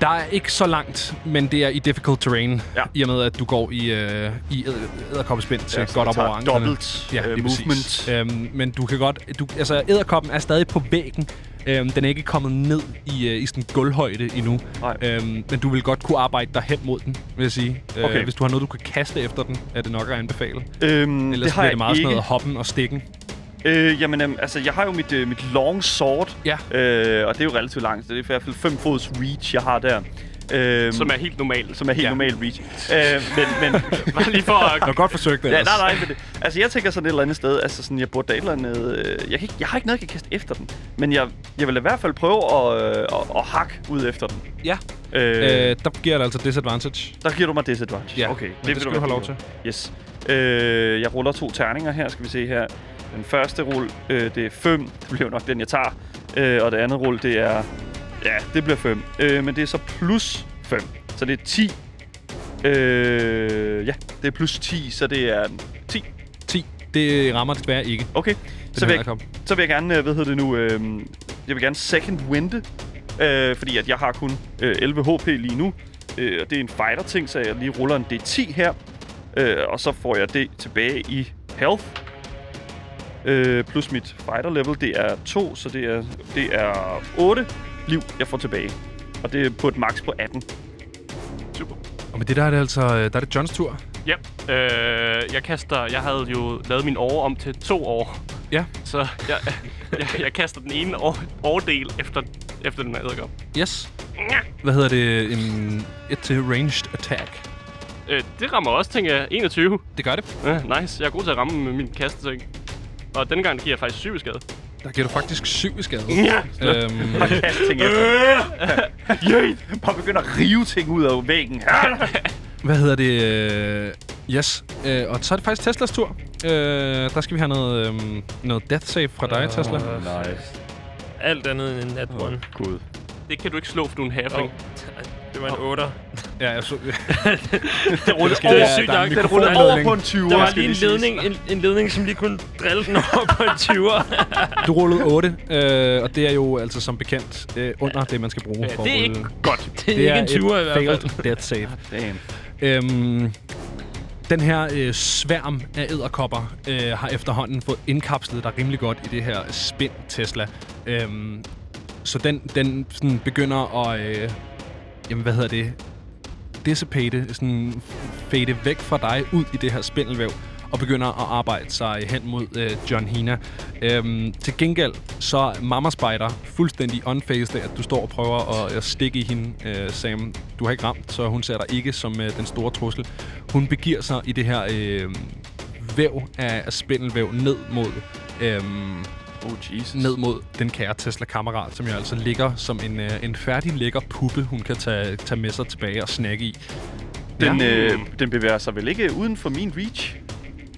Speaker 1: Der er ikke så langt, men det er i difficult terrain,
Speaker 3: Ja.
Speaker 1: ja. i og med, at du går i, øh, i æd- æderkoppespind til
Speaker 3: Ja,
Speaker 1: ja,
Speaker 3: så
Speaker 1: godt
Speaker 3: det
Speaker 1: op
Speaker 3: tager
Speaker 1: over anklerne.
Speaker 3: dobbelt, øh,
Speaker 1: lige præcis.
Speaker 3: movement.
Speaker 1: Øhm, men du kan godt... Du, altså, æderkoppen er stadig på væggen. Øhm, den er ikke kommet ned i, øh, i sådan gulvhøjde endnu.
Speaker 3: Nej.
Speaker 1: Øhm, men du vil godt kunne arbejde dig hen mod den, vil jeg sige.
Speaker 3: Okay.
Speaker 1: Øh, hvis du har noget, du kan kaste efter den, er det nok at anbefale.
Speaker 3: Øhm,
Speaker 1: Ellers
Speaker 3: det har
Speaker 1: bliver
Speaker 3: jeg
Speaker 1: det meget sådan
Speaker 3: ikke.
Speaker 1: noget hoppen og stikken.
Speaker 3: Øh, jamen, øhm, altså, jeg har jo mit, øh, mit long sword.
Speaker 1: Ja.
Speaker 3: Øh, og det er jo relativt langt. så Det er i hvert fald 5 fods reach, jeg har der. Øhm,
Speaker 2: Som er helt normalt.
Speaker 3: som er helt ja.
Speaker 1: Ja.
Speaker 3: normal reach. Øh, men, men,
Speaker 2: Bare lige for at...
Speaker 1: Jeg har godt forsøgt det
Speaker 3: ja, nej, nej, men det, altså jeg tænker sådan et eller andet sted, altså sådan, jeg burde da et eller andet, øh, jeg, kan ikke, jeg har ikke noget, jeg kan kaste efter den, men jeg, jeg vil i hvert fald prøve at, øh, at, at hakke ud efter den.
Speaker 1: Ja.
Speaker 3: Øh, øh.
Speaker 1: Øh, der giver det altså disadvantage.
Speaker 3: Der giver du mig disadvantage.
Speaker 1: Ja,
Speaker 3: okay.
Speaker 1: men
Speaker 3: vil
Speaker 1: det skal
Speaker 3: være
Speaker 1: du have lov
Speaker 3: fint.
Speaker 1: til.
Speaker 3: Yes. Øh, jeg ruller to terninger her, skal vi se her. Den første rulle, øh, det er 5. Det bliver nok den, jeg tager. Øh, og det andet rulle, det er... Ja, det bliver 5. Øh, men det er så plus 5. Så det er 10. Øh, ja, det er plus 10, så det er 10.
Speaker 1: 10. Det rammer desværre ikke.
Speaker 3: Okay, så vil,
Speaker 1: her,
Speaker 3: jeg,
Speaker 1: kom.
Speaker 3: så vil jeg gerne, øh, hvad hedder det nu, øh, jeg vil gerne second winde, øh, fordi at jeg har kun øh, 11 HP lige nu, øh, og det er en fighter-ting, så jeg lige ruller en D10 her, øh, og så får jeg det tilbage i health, øh, plus mit fighter-level, det er 2, så det er, det er 8 liv, jeg får tilbage, og det er på et max på 18.
Speaker 2: Super.
Speaker 1: Og med det der er det altså, øh, der er det Johns tur.
Speaker 2: Ja. Øh, jeg kaster... Jeg havde jo lavet min åre om til to år.
Speaker 1: Ja.
Speaker 2: Så jeg, jeg, jeg kaster den ene år, årdel efter, efter den her æderkop.
Speaker 1: Yes. Hvad hedder det? En, et til ranged attack.
Speaker 2: Øh, det rammer også, tænker jeg. 21.
Speaker 1: Det gør det.
Speaker 2: Ja, nice. Jeg er god til at ramme med min kasteting. Og denne gang giver jeg faktisk syv i skade.
Speaker 1: Der giver du faktisk 7 i skade.
Speaker 2: Ja.
Speaker 1: øhm,
Speaker 3: Kast ting efter. Øh! Bare begynder at rive ting ud af væggen.
Speaker 1: hvad hedder det? øh, Yes. Øh, og så er det faktisk Teslas tur. Øh, der skal vi have noget, øhm, noget death save fra dig, Tesla.
Speaker 2: Øh.
Speaker 3: nice.
Speaker 4: Alt andet end en nat one.
Speaker 3: Gud.
Speaker 2: Det kan du ikke slå, for du er en
Speaker 4: Åh,
Speaker 2: halfling.
Speaker 4: Det var en 8.
Speaker 1: Ja, altså, jeg så... det
Speaker 3: Det ruller
Speaker 4: Det
Speaker 1: er
Speaker 4: er
Speaker 3: over.
Speaker 4: sygt
Speaker 1: der er
Speaker 4: nok,
Speaker 1: en
Speaker 4: den
Speaker 3: Den ruller over
Speaker 1: mikrofonladning.
Speaker 3: på en 20.
Speaker 4: Der var lige en ledning, en, en ledning, som lige kunne drille den over på en 20'er.
Speaker 1: Du rullede 8, øh, og det er jo altså som bekendt øh, under det, man skal bruge
Speaker 2: Ja,
Speaker 1: for
Speaker 2: det er
Speaker 1: at
Speaker 2: ikke
Speaker 1: rulle.
Speaker 2: godt.
Speaker 4: Det er ikke en 20'er i hvert fald.
Speaker 1: failed death save.
Speaker 3: Damn.
Speaker 1: Øhm, Den her øh, sværm af æderkopper øh, har efterhånden fået indkapslet dig rimelig godt i det her spind Tesla. Øhm, så den, den sådan begynder at... Øh, jamen, hvad hedder det? Dissipate, sådan fade væk fra dig ud i det her spindelvæv og begynder at arbejde sig hen mod øh, John Hina. Øhm, til gengæld så er Mama Spider fuldstændig unfazed af, at du står og prøver at, at stikke i hende, øh, Sam. Du har ikke ramt, så hun ser dig ikke som øh, den store trussel. Hun begiver sig i det her øh, væv af, af spindelvæv ned mod øh,
Speaker 3: Oh, Jesus.
Speaker 1: ned mod den kære Tesla-kammerat, som jo altså ligger som en, øh, en færdig lækker puppe, hun kan tage, tage med sig tilbage og snakke i.
Speaker 3: Den, øh, den bevæger sig vel ikke uden for min reach?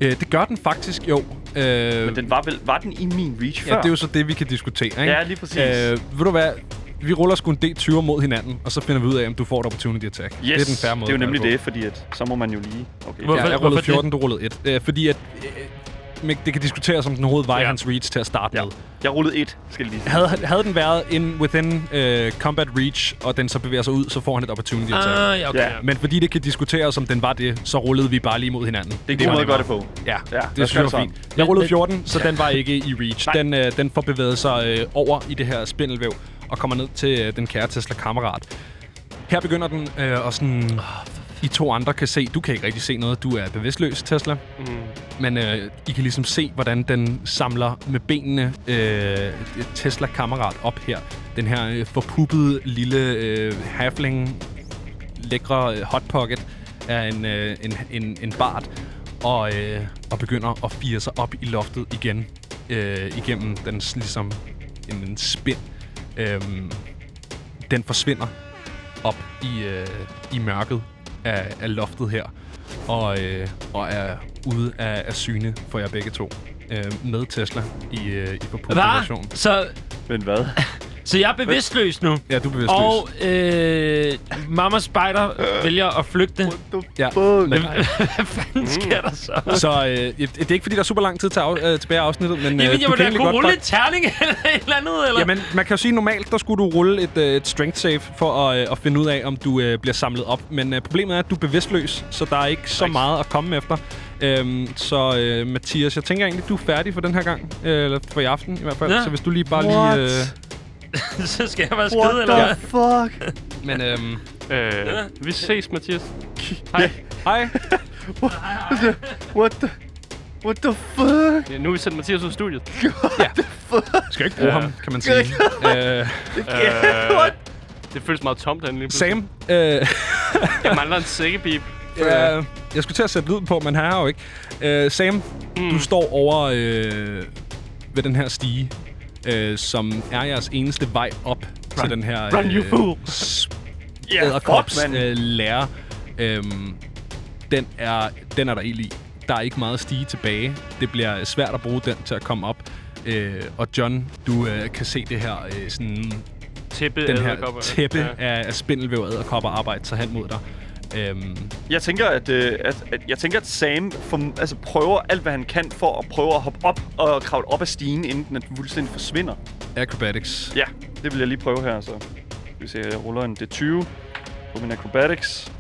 Speaker 1: Øh, det gør den faktisk, jo. Øh,
Speaker 3: Men den var, vel, var den i min reach før?
Speaker 1: ja, det er jo så det, vi kan diskutere, ikke?
Speaker 3: Ja, lige præcis.
Speaker 1: Øh, ved du hvad? Vi ruller sgu en D20 mod hinanden, og så finder vi ud af, om du får et opportunity attack.
Speaker 3: yes,
Speaker 1: det er den færre måde.
Speaker 3: det er
Speaker 1: at
Speaker 3: jo
Speaker 1: gøre
Speaker 3: nemlig
Speaker 1: på.
Speaker 3: det, fordi at, så må man jo lige... Okay.
Speaker 4: Hvor-
Speaker 1: Ja, jeg
Speaker 4: Hvorfor- hvorfor
Speaker 1: rullede
Speaker 4: det?
Speaker 1: 14, du rullede 1. Øh, fordi at... Øh, men det kan diskuteres, om den overhovedet var ja.
Speaker 3: Ja.
Speaker 1: hans reach til at starte
Speaker 3: Ja.
Speaker 1: med.
Speaker 3: Jeg rullede et, skal jeg lige sige.
Speaker 1: Havde, havde den været in within øh, combat reach, og den så bevæger sig ud, så får han et opportunity attack.
Speaker 4: Ah, ja, okay.
Speaker 3: Ja.
Speaker 4: Ja.
Speaker 1: Men fordi det kan diskuteres, om den var det, så rullede vi bare lige mod hinanden.
Speaker 3: Det er en god
Speaker 1: var
Speaker 3: måde at gøre det
Speaker 1: nemmere.
Speaker 3: på.
Speaker 1: Ja,
Speaker 3: Ja,
Speaker 1: ja
Speaker 3: lad
Speaker 1: det
Speaker 3: os
Speaker 1: synes
Speaker 3: gøre
Speaker 1: jeg
Speaker 3: det
Speaker 1: fint. Jeg rullede
Speaker 4: Men-
Speaker 1: 14, så den var ikke i reach. Den, øh, den får bevæget sig øh, over i det her spindelvæv og kommer ned til øh, den kære Tesla-kammerat. Her begynder den øh, og sådan... I to andre kan se, du kan ikke rigtig se noget, du er bevidstløs, Tesla. Mm. Men øh, I kan ligesom se, hvordan den samler med benene øh, Tesla-kammerat op her. Den her øh, forpuppede lille øh, halfling lækre øh, hot pocket af en, øh, en, en, en bart, og, øh, og begynder at fire sig op i loftet igen, øh, igennem dens ligesom en, en spind. Øhm, den forsvinder op i, øh, i mørket af, af loftet her, og, øh, og er ude af, af syne for jer begge to. Øh, med Tesla i, øh, i
Speaker 4: Hva?
Speaker 1: population.
Speaker 4: Så,
Speaker 3: Men hvad?
Speaker 4: så jeg er bevidstløs nu.
Speaker 1: Ja, du er bevidstløs.
Speaker 4: Og øh, Mama Spider vælger at flygte.
Speaker 1: ja.
Speaker 4: Hvad fanden sker der så?
Speaker 1: Så øh, det det er ikke, fordi der er super lang tid til af, øh, tilbage af afsnittet, men øh,
Speaker 4: Jamen, jeg
Speaker 1: du
Speaker 4: må
Speaker 1: kan
Speaker 4: da
Speaker 1: egentlig
Speaker 4: kunne
Speaker 1: godt
Speaker 4: rulle
Speaker 1: bare-
Speaker 4: en terning eller et eller andet, eller?
Speaker 1: Jamen, man kan jo sige, normalt der skulle du rulle et, øh, et strength save for at, øh, at finde ud af, om du øh, bliver samlet op. Men øh, problemet er, at du er bevidstløs, så der er ikke så meget at komme efter. Øhm, så øh, Mathias, jeg tænker egentlig, du er færdig for den her gang. Øh, eller for i aften i hvert fald. Ja.
Speaker 4: Ja.
Speaker 1: Så hvis du lige bare
Speaker 3: What?
Speaker 1: lige... Øh,
Speaker 4: så skal jeg bare skide, eller hvad?
Speaker 3: fuck?
Speaker 1: men øhm,
Speaker 2: Øh, vi ses, Mathias.
Speaker 1: hej.
Speaker 3: What the... What the fuck?
Speaker 2: Ja, nu har vi sendt Mathias ud af studiet.
Speaker 1: Skal ikke bruge
Speaker 2: Ja.
Speaker 1: ham, kan man sige. øh,
Speaker 2: Øh, det føles meget tomt herinde lige pludselig.
Speaker 1: Sam, øh,
Speaker 2: Jeg mangler en sækkepip.
Speaker 1: Ja, jeg skulle til at sætte lyden på, men han er jo ikke. Øh, Sam, mm. du står over øh, ved den her stige, øh, som er jeres eneste vej op til den her...
Speaker 2: Run, you fool!
Speaker 1: yeah, æderkops
Speaker 3: fuck, mand.
Speaker 1: øh, lærer. Øhm, den, er, den er der ild i. Der er ikke meget stige tilbage. Det bliver svært at bruge den til at komme op. Øh, og John, du øh, kan se det her øh, sådan
Speaker 2: Tæppe
Speaker 1: den her
Speaker 2: edderkopper.
Speaker 1: tæppe
Speaker 2: Ja.
Speaker 1: af, af spindelvæv og æderkopper arbejde sig hen mod dig. Øhm,
Speaker 3: Jeg tænker, at, øh, at, at, jeg tænker, at Sam for, altså, prøver alt, hvad han kan for at prøve at hoppe op og kravle op af stigen, inden den er fuldstændig forsvinder.
Speaker 1: acrobatics.
Speaker 3: Ja, det vil jeg lige prøve her, så. Hvis jeg ruller en D20 på min acrobatics.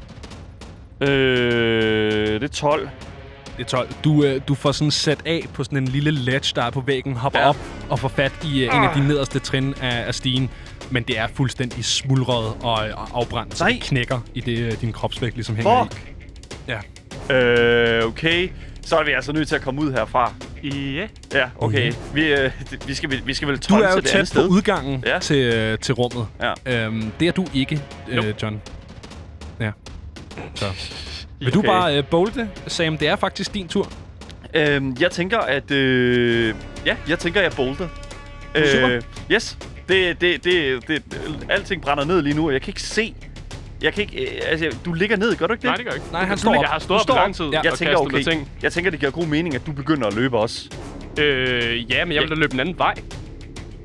Speaker 3: Øh, det er 12.
Speaker 1: Det er 12. Du, øh, du får sådan sat af på sådan en lille ledge, der er på væggen, hopper ja.
Speaker 3: Ja. Ah.
Speaker 1: op og får fat i øh, en af de nederste trin af, af stigen. Men det er fuldstændig smuldret og, øh, og afbrændt, så
Speaker 3: Nej.
Speaker 1: det knækker i det, øh, din kropsvægt ligesom hænger i.
Speaker 3: Fuck!
Speaker 1: Ja.
Speaker 3: Øh, okay. Så er vi altså nødt til at komme ud herfra.
Speaker 2: Ja.
Speaker 3: Ja, okay. Vi, øh, det- vi, skal, vel- vi skal vel
Speaker 1: Du
Speaker 3: tonse
Speaker 1: er jo
Speaker 3: det andet
Speaker 1: tæt på
Speaker 3: sted.
Speaker 1: udgangen ja.
Speaker 3: Ja.
Speaker 1: til, øh, til rummet.
Speaker 3: Ja.
Speaker 1: Øhm, det er du ikke, øh,
Speaker 2: Nope.
Speaker 1: John. Ja. Så. Vil du
Speaker 3: Okay.
Speaker 1: bare øh, bolde, Sam? Det er faktisk din tur.
Speaker 3: Øhm, jeg tænker, at... Øh, ja, jeg tænker, at jeg bolter.
Speaker 1: Super.
Speaker 3: yes. Det, det, det, det, alting brænder ned lige nu, og jeg kan ikke se. Jeg kan ikke... Øh, altså, du ligger ned, gør du ikke det?
Speaker 2: Nej, det gør jeg ikke.
Speaker 1: Nej, han
Speaker 2: Du
Speaker 1: står op.
Speaker 2: Jeg har stået
Speaker 3: Du
Speaker 2: op i
Speaker 3: står
Speaker 2: lang
Speaker 3: op.
Speaker 2: tid
Speaker 1: Ja.
Speaker 2: og
Speaker 3: Jeg tænker,
Speaker 2: kastet med
Speaker 3: okay.
Speaker 2: ting.
Speaker 3: Jeg tænker, det giver god mening, at du begynder at løbe også.
Speaker 2: Øh, ja, men jeg vil da løbe den anden vej.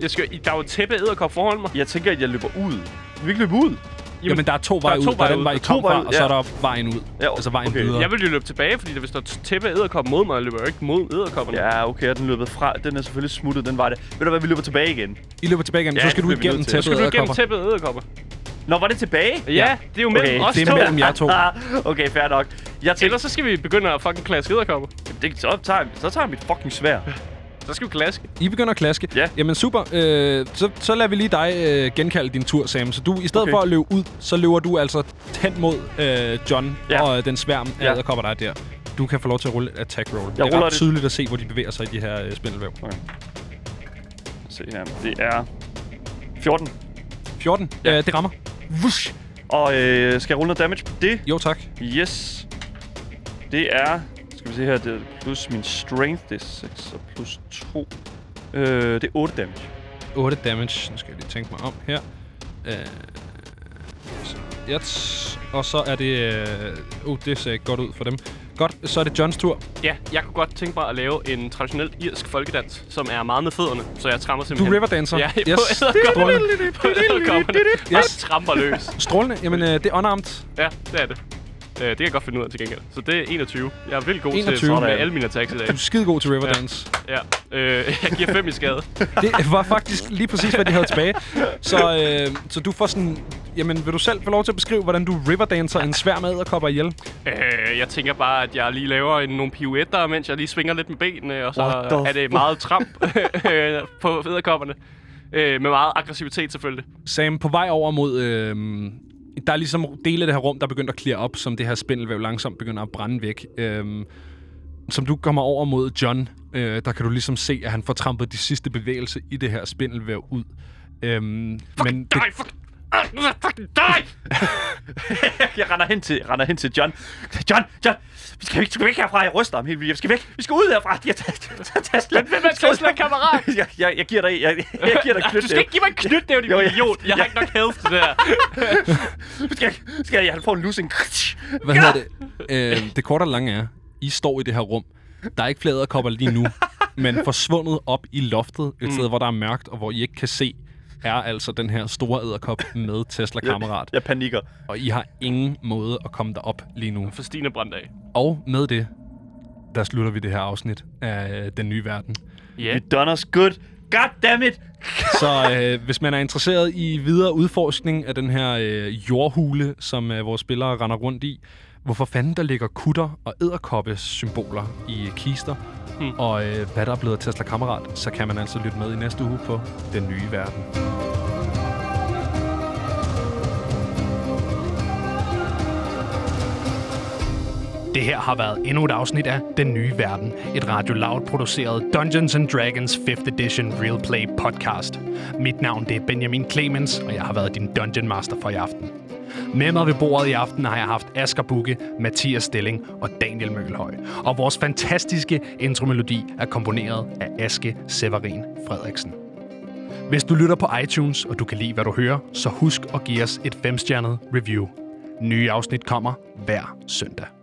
Speaker 2: Jeg skal, der er jo et tæppe æderkop foran mig.
Speaker 3: Jeg tænker, at jeg løber ud. Vil vi ikke løbe ud?
Speaker 2: Mm.
Speaker 1: Jamen, Jamen der er to
Speaker 2: er
Speaker 1: veje
Speaker 2: to
Speaker 1: ud. Der er
Speaker 2: veje
Speaker 1: den
Speaker 2: ud.
Speaker 1: vej, I
Speaker 2: Der er
Speaker 1: kom
Speaker 3: to veje
Speaker 1: fra,
Speaker 3: ud,
Speaker 1: og så
Speaker 3: ja.
Speaker 1: er der vejen ud.
Speaker 3: Ja,
Speaker 1: altså vejen
Speaker 3: okay.
Speaker 1: videre.
Speaker 2: Jeg vil jo løbe tilbage, fordi hvis der er et tæppe æderkop mod mig, løber jeg jo ikke mod æderkopperne.
Speaker 3: Ja, okay, og den løber fra. Den er selvfølgelig smuttet, den vej der. Ved du hvad, vi løber tilbage igen.
Speaker 1: I løber tilbage igen,
Speaker 3: Ja,
Speaker 1: så skal
Speaker 3: det
Speaker 1: du
Speaker 3: bliver vi
Speaker 1: igennem
Speaker 3: nødt til.
Speaker 1: tæppet.
Speaker 2: Skal du igennem
Speaker 1: æderkopper.
Speaker 2: tæppet æderkopper?
Speaker 3: Nå, var det tilbage?
Speaker 2: Ja, det er jo mellem
Speaker 3: Okay,
Speaker 2: os
Speaker 1: det er
Speaker 2: to.
Speaker 1: mellem jer to.
Speaker 3: okay, fair nok. Jeg tænkte,
Speaker 2: Ellers så skal vi begynde at fucking klaske edderkopper.
Speaker 3: det, så, tager, jeg- så tager jeg mit fucking svær.
Speaker 2: Så skal vi klaske.
Speaker 1: I begynder at klaske.
Speaker 3: Ja.
Speaker 1: Jamen super. Øh, så, så lader vi lige dig øh, genkalde din tur, Sam. Så du, i stedet okay.
Speaker 3: Okay.
Speaker 1: for at løbe ud, så løber du altså hen mod øh, John ja.
Speaker 3: Ja.
Speaker 1: og øh, den sværm af
Speaker 3: Ja.
Speaker 1: ja. der er der. Du kan få lov til at rulle et attack roll. det er
Speaker 3: ruller
Speaker 1: ret
Speaker 3: det.
Speaker 1: tydeligt at se, hvor de bevæger sig i de her øh, spindelvæv.
Speaker 3: Se her. Det er 14.
Speaker 1: 14. Ja. Øh, det rammer.
Speaker 3: Vush. Og øh, skal jeg rulle noget damage på det?
Speaker 1: Jo tak.
Speaker 3: Yes. Det er... Skal vi se her. Det er plus min strength. Det er 6 og plus 2. Øh, det er 8 damage.
Speaker 1: 8 damage. Nu skal jeg lige tænke mig om her. Øh, så- yes. Og så er det... Øh, uh, det ser ikke godt ud for dem. Godt, så er det Johns tur.
Speaker 2: Ja, jeg kunne godt tænke mig at lave en traditionel irsk folkedans, som er meget med fødderne, så jeg trammer
Speaker 1: Du
Speaker 2: simpelthen.
Speaker 1: er riverdancer.
Speaker 2: Ja,
Speaker 1: yes.
Speaker 2: på edderkopperne. På edderkopperne.
Speaker 1: Yes.
Speaker 2: Yes. Og tramper løs.
Speaker 1: Strålende. Jamen, øh, det er unarmt.
Speaker 2: Ja, det er det. Øh, det kan jeg godt finde ud af til gengæld. Så det er 21. Jeg er vildt god
Speaker 1: 21.
Speaker 2: til med
Speaker 3: Sådan.
Speaker 2: alle mine attacks i dag.
Speaker 1: Du er skide god til Riverdance.
Speaker 2: Ja. Øh, jeg giver 5 i skade.
Speaker 1: Det var faktisk lige præcis, hvad de havde tilbage. Så, øh, så du får sådan... Jamen, vil du selv få lov til at beskrive, hvordan du riverdancer en svær med og ihjel?
Speaker 2: øh, jeg tænker bare, at jeg lige laver en, nogle pirouetter, mens jeg lige svinger lidt med benene, og så
Speaker 3: What the
Speaker 2: er det meget tramp øh, på fæderkopperne. Øh, med meget aggressivitet selvfølgelig.
Speaker 1: Sam, på vej over mod... Øh, der er ligesom dele af det her rum, der er begyndt at klare op, som det her spindelvæv langsomt begynder at brænde væk. Øh, som du kommer over mod John, øh, der kan du ligesom se, at han får trampet de sidste bevægelser i det her spindelvæv ud. Øhm, men det,
Speaker 2: Nej, fuck! Ah, fucking dig!
Speaker 3: jeg render hen til, render hen til John. John, John, vi skal, vi skal væk herfra. Jeg ryster ham helt vildt. Vi skal væk. Vi skal ud herfra. Jeg tager Tesla.
Speaker 2: Hvem er Tesla, kammerat?
Speaker 3: Jeg, jeg, jeg giver dig, jeg, jeg giver dig
Speaker 2: Ah,
Speaker 3: knyt.
Speaker 2: Du skal ikke give mig en knyt, det er jo
Speaker 3: Jo,
Speaker 2: din
Speaker 3: jeg-
Speaker 2: idiot. Jeg har
Speaker 3: jeg-
Speaker 2: ikke nok health til det her.
Speaker 3: Skal, skal jeg, han får en losing.
Speaker 1: Hvad hedder det? Øh, det korte og lange er, I står i det her rum. Der er ikke flere æderkopper lige nu, men forsvundet op i loftet, et sted, hvor der er mørkt, og hvor I ikke kan se, er altså den her store æderkop med Tesla-kammerat.
Speaker 3: Jeg panikker.
Speaker 1: Og I har ingen måde at komme derop lige nu.
Speaker 2: For Stine brændt af.
Speaker 1: Og med det, der slutter vi det her afsnit af øh, Den Nye Verden.
Speaker 2: Ja.
Speaker 3: You done us good. God damn it.
Speaker 1: Så øh, hvis man er interesseret i videre udforskning af den her øh, jordhule, som øh, vores spillere render rundt i, hvorfor fanden der ligger kutter og æderkoppes symboler i øh, kister, hmm. og øh, hvad der er blevet af Tesla Kammerat, så kan man altså lytte med i næste uge på Den Nye Verden.
Speaker 6: Det her har været endnu et afsnit af Den Nye Verden, et Radio Loud produceret Dungeons and Dragons 5th Edition Real Play podcast. Mit navn det er Benjamin Clemens, og jeg har været din Dungeon Master for i aften. Med mig ved bordet i aften har jeg haft Asger Bukke, Mathias Stilling og Daniel Mølhøj. Og vores fantastiske intromelodi er komponeret af Aske Severin Frederiksen. Hvis du lytter på iTunes, og du kan lide, hvad du hører, så husk at give os et femstjernet review. Nye afsnit kommer hver søndag.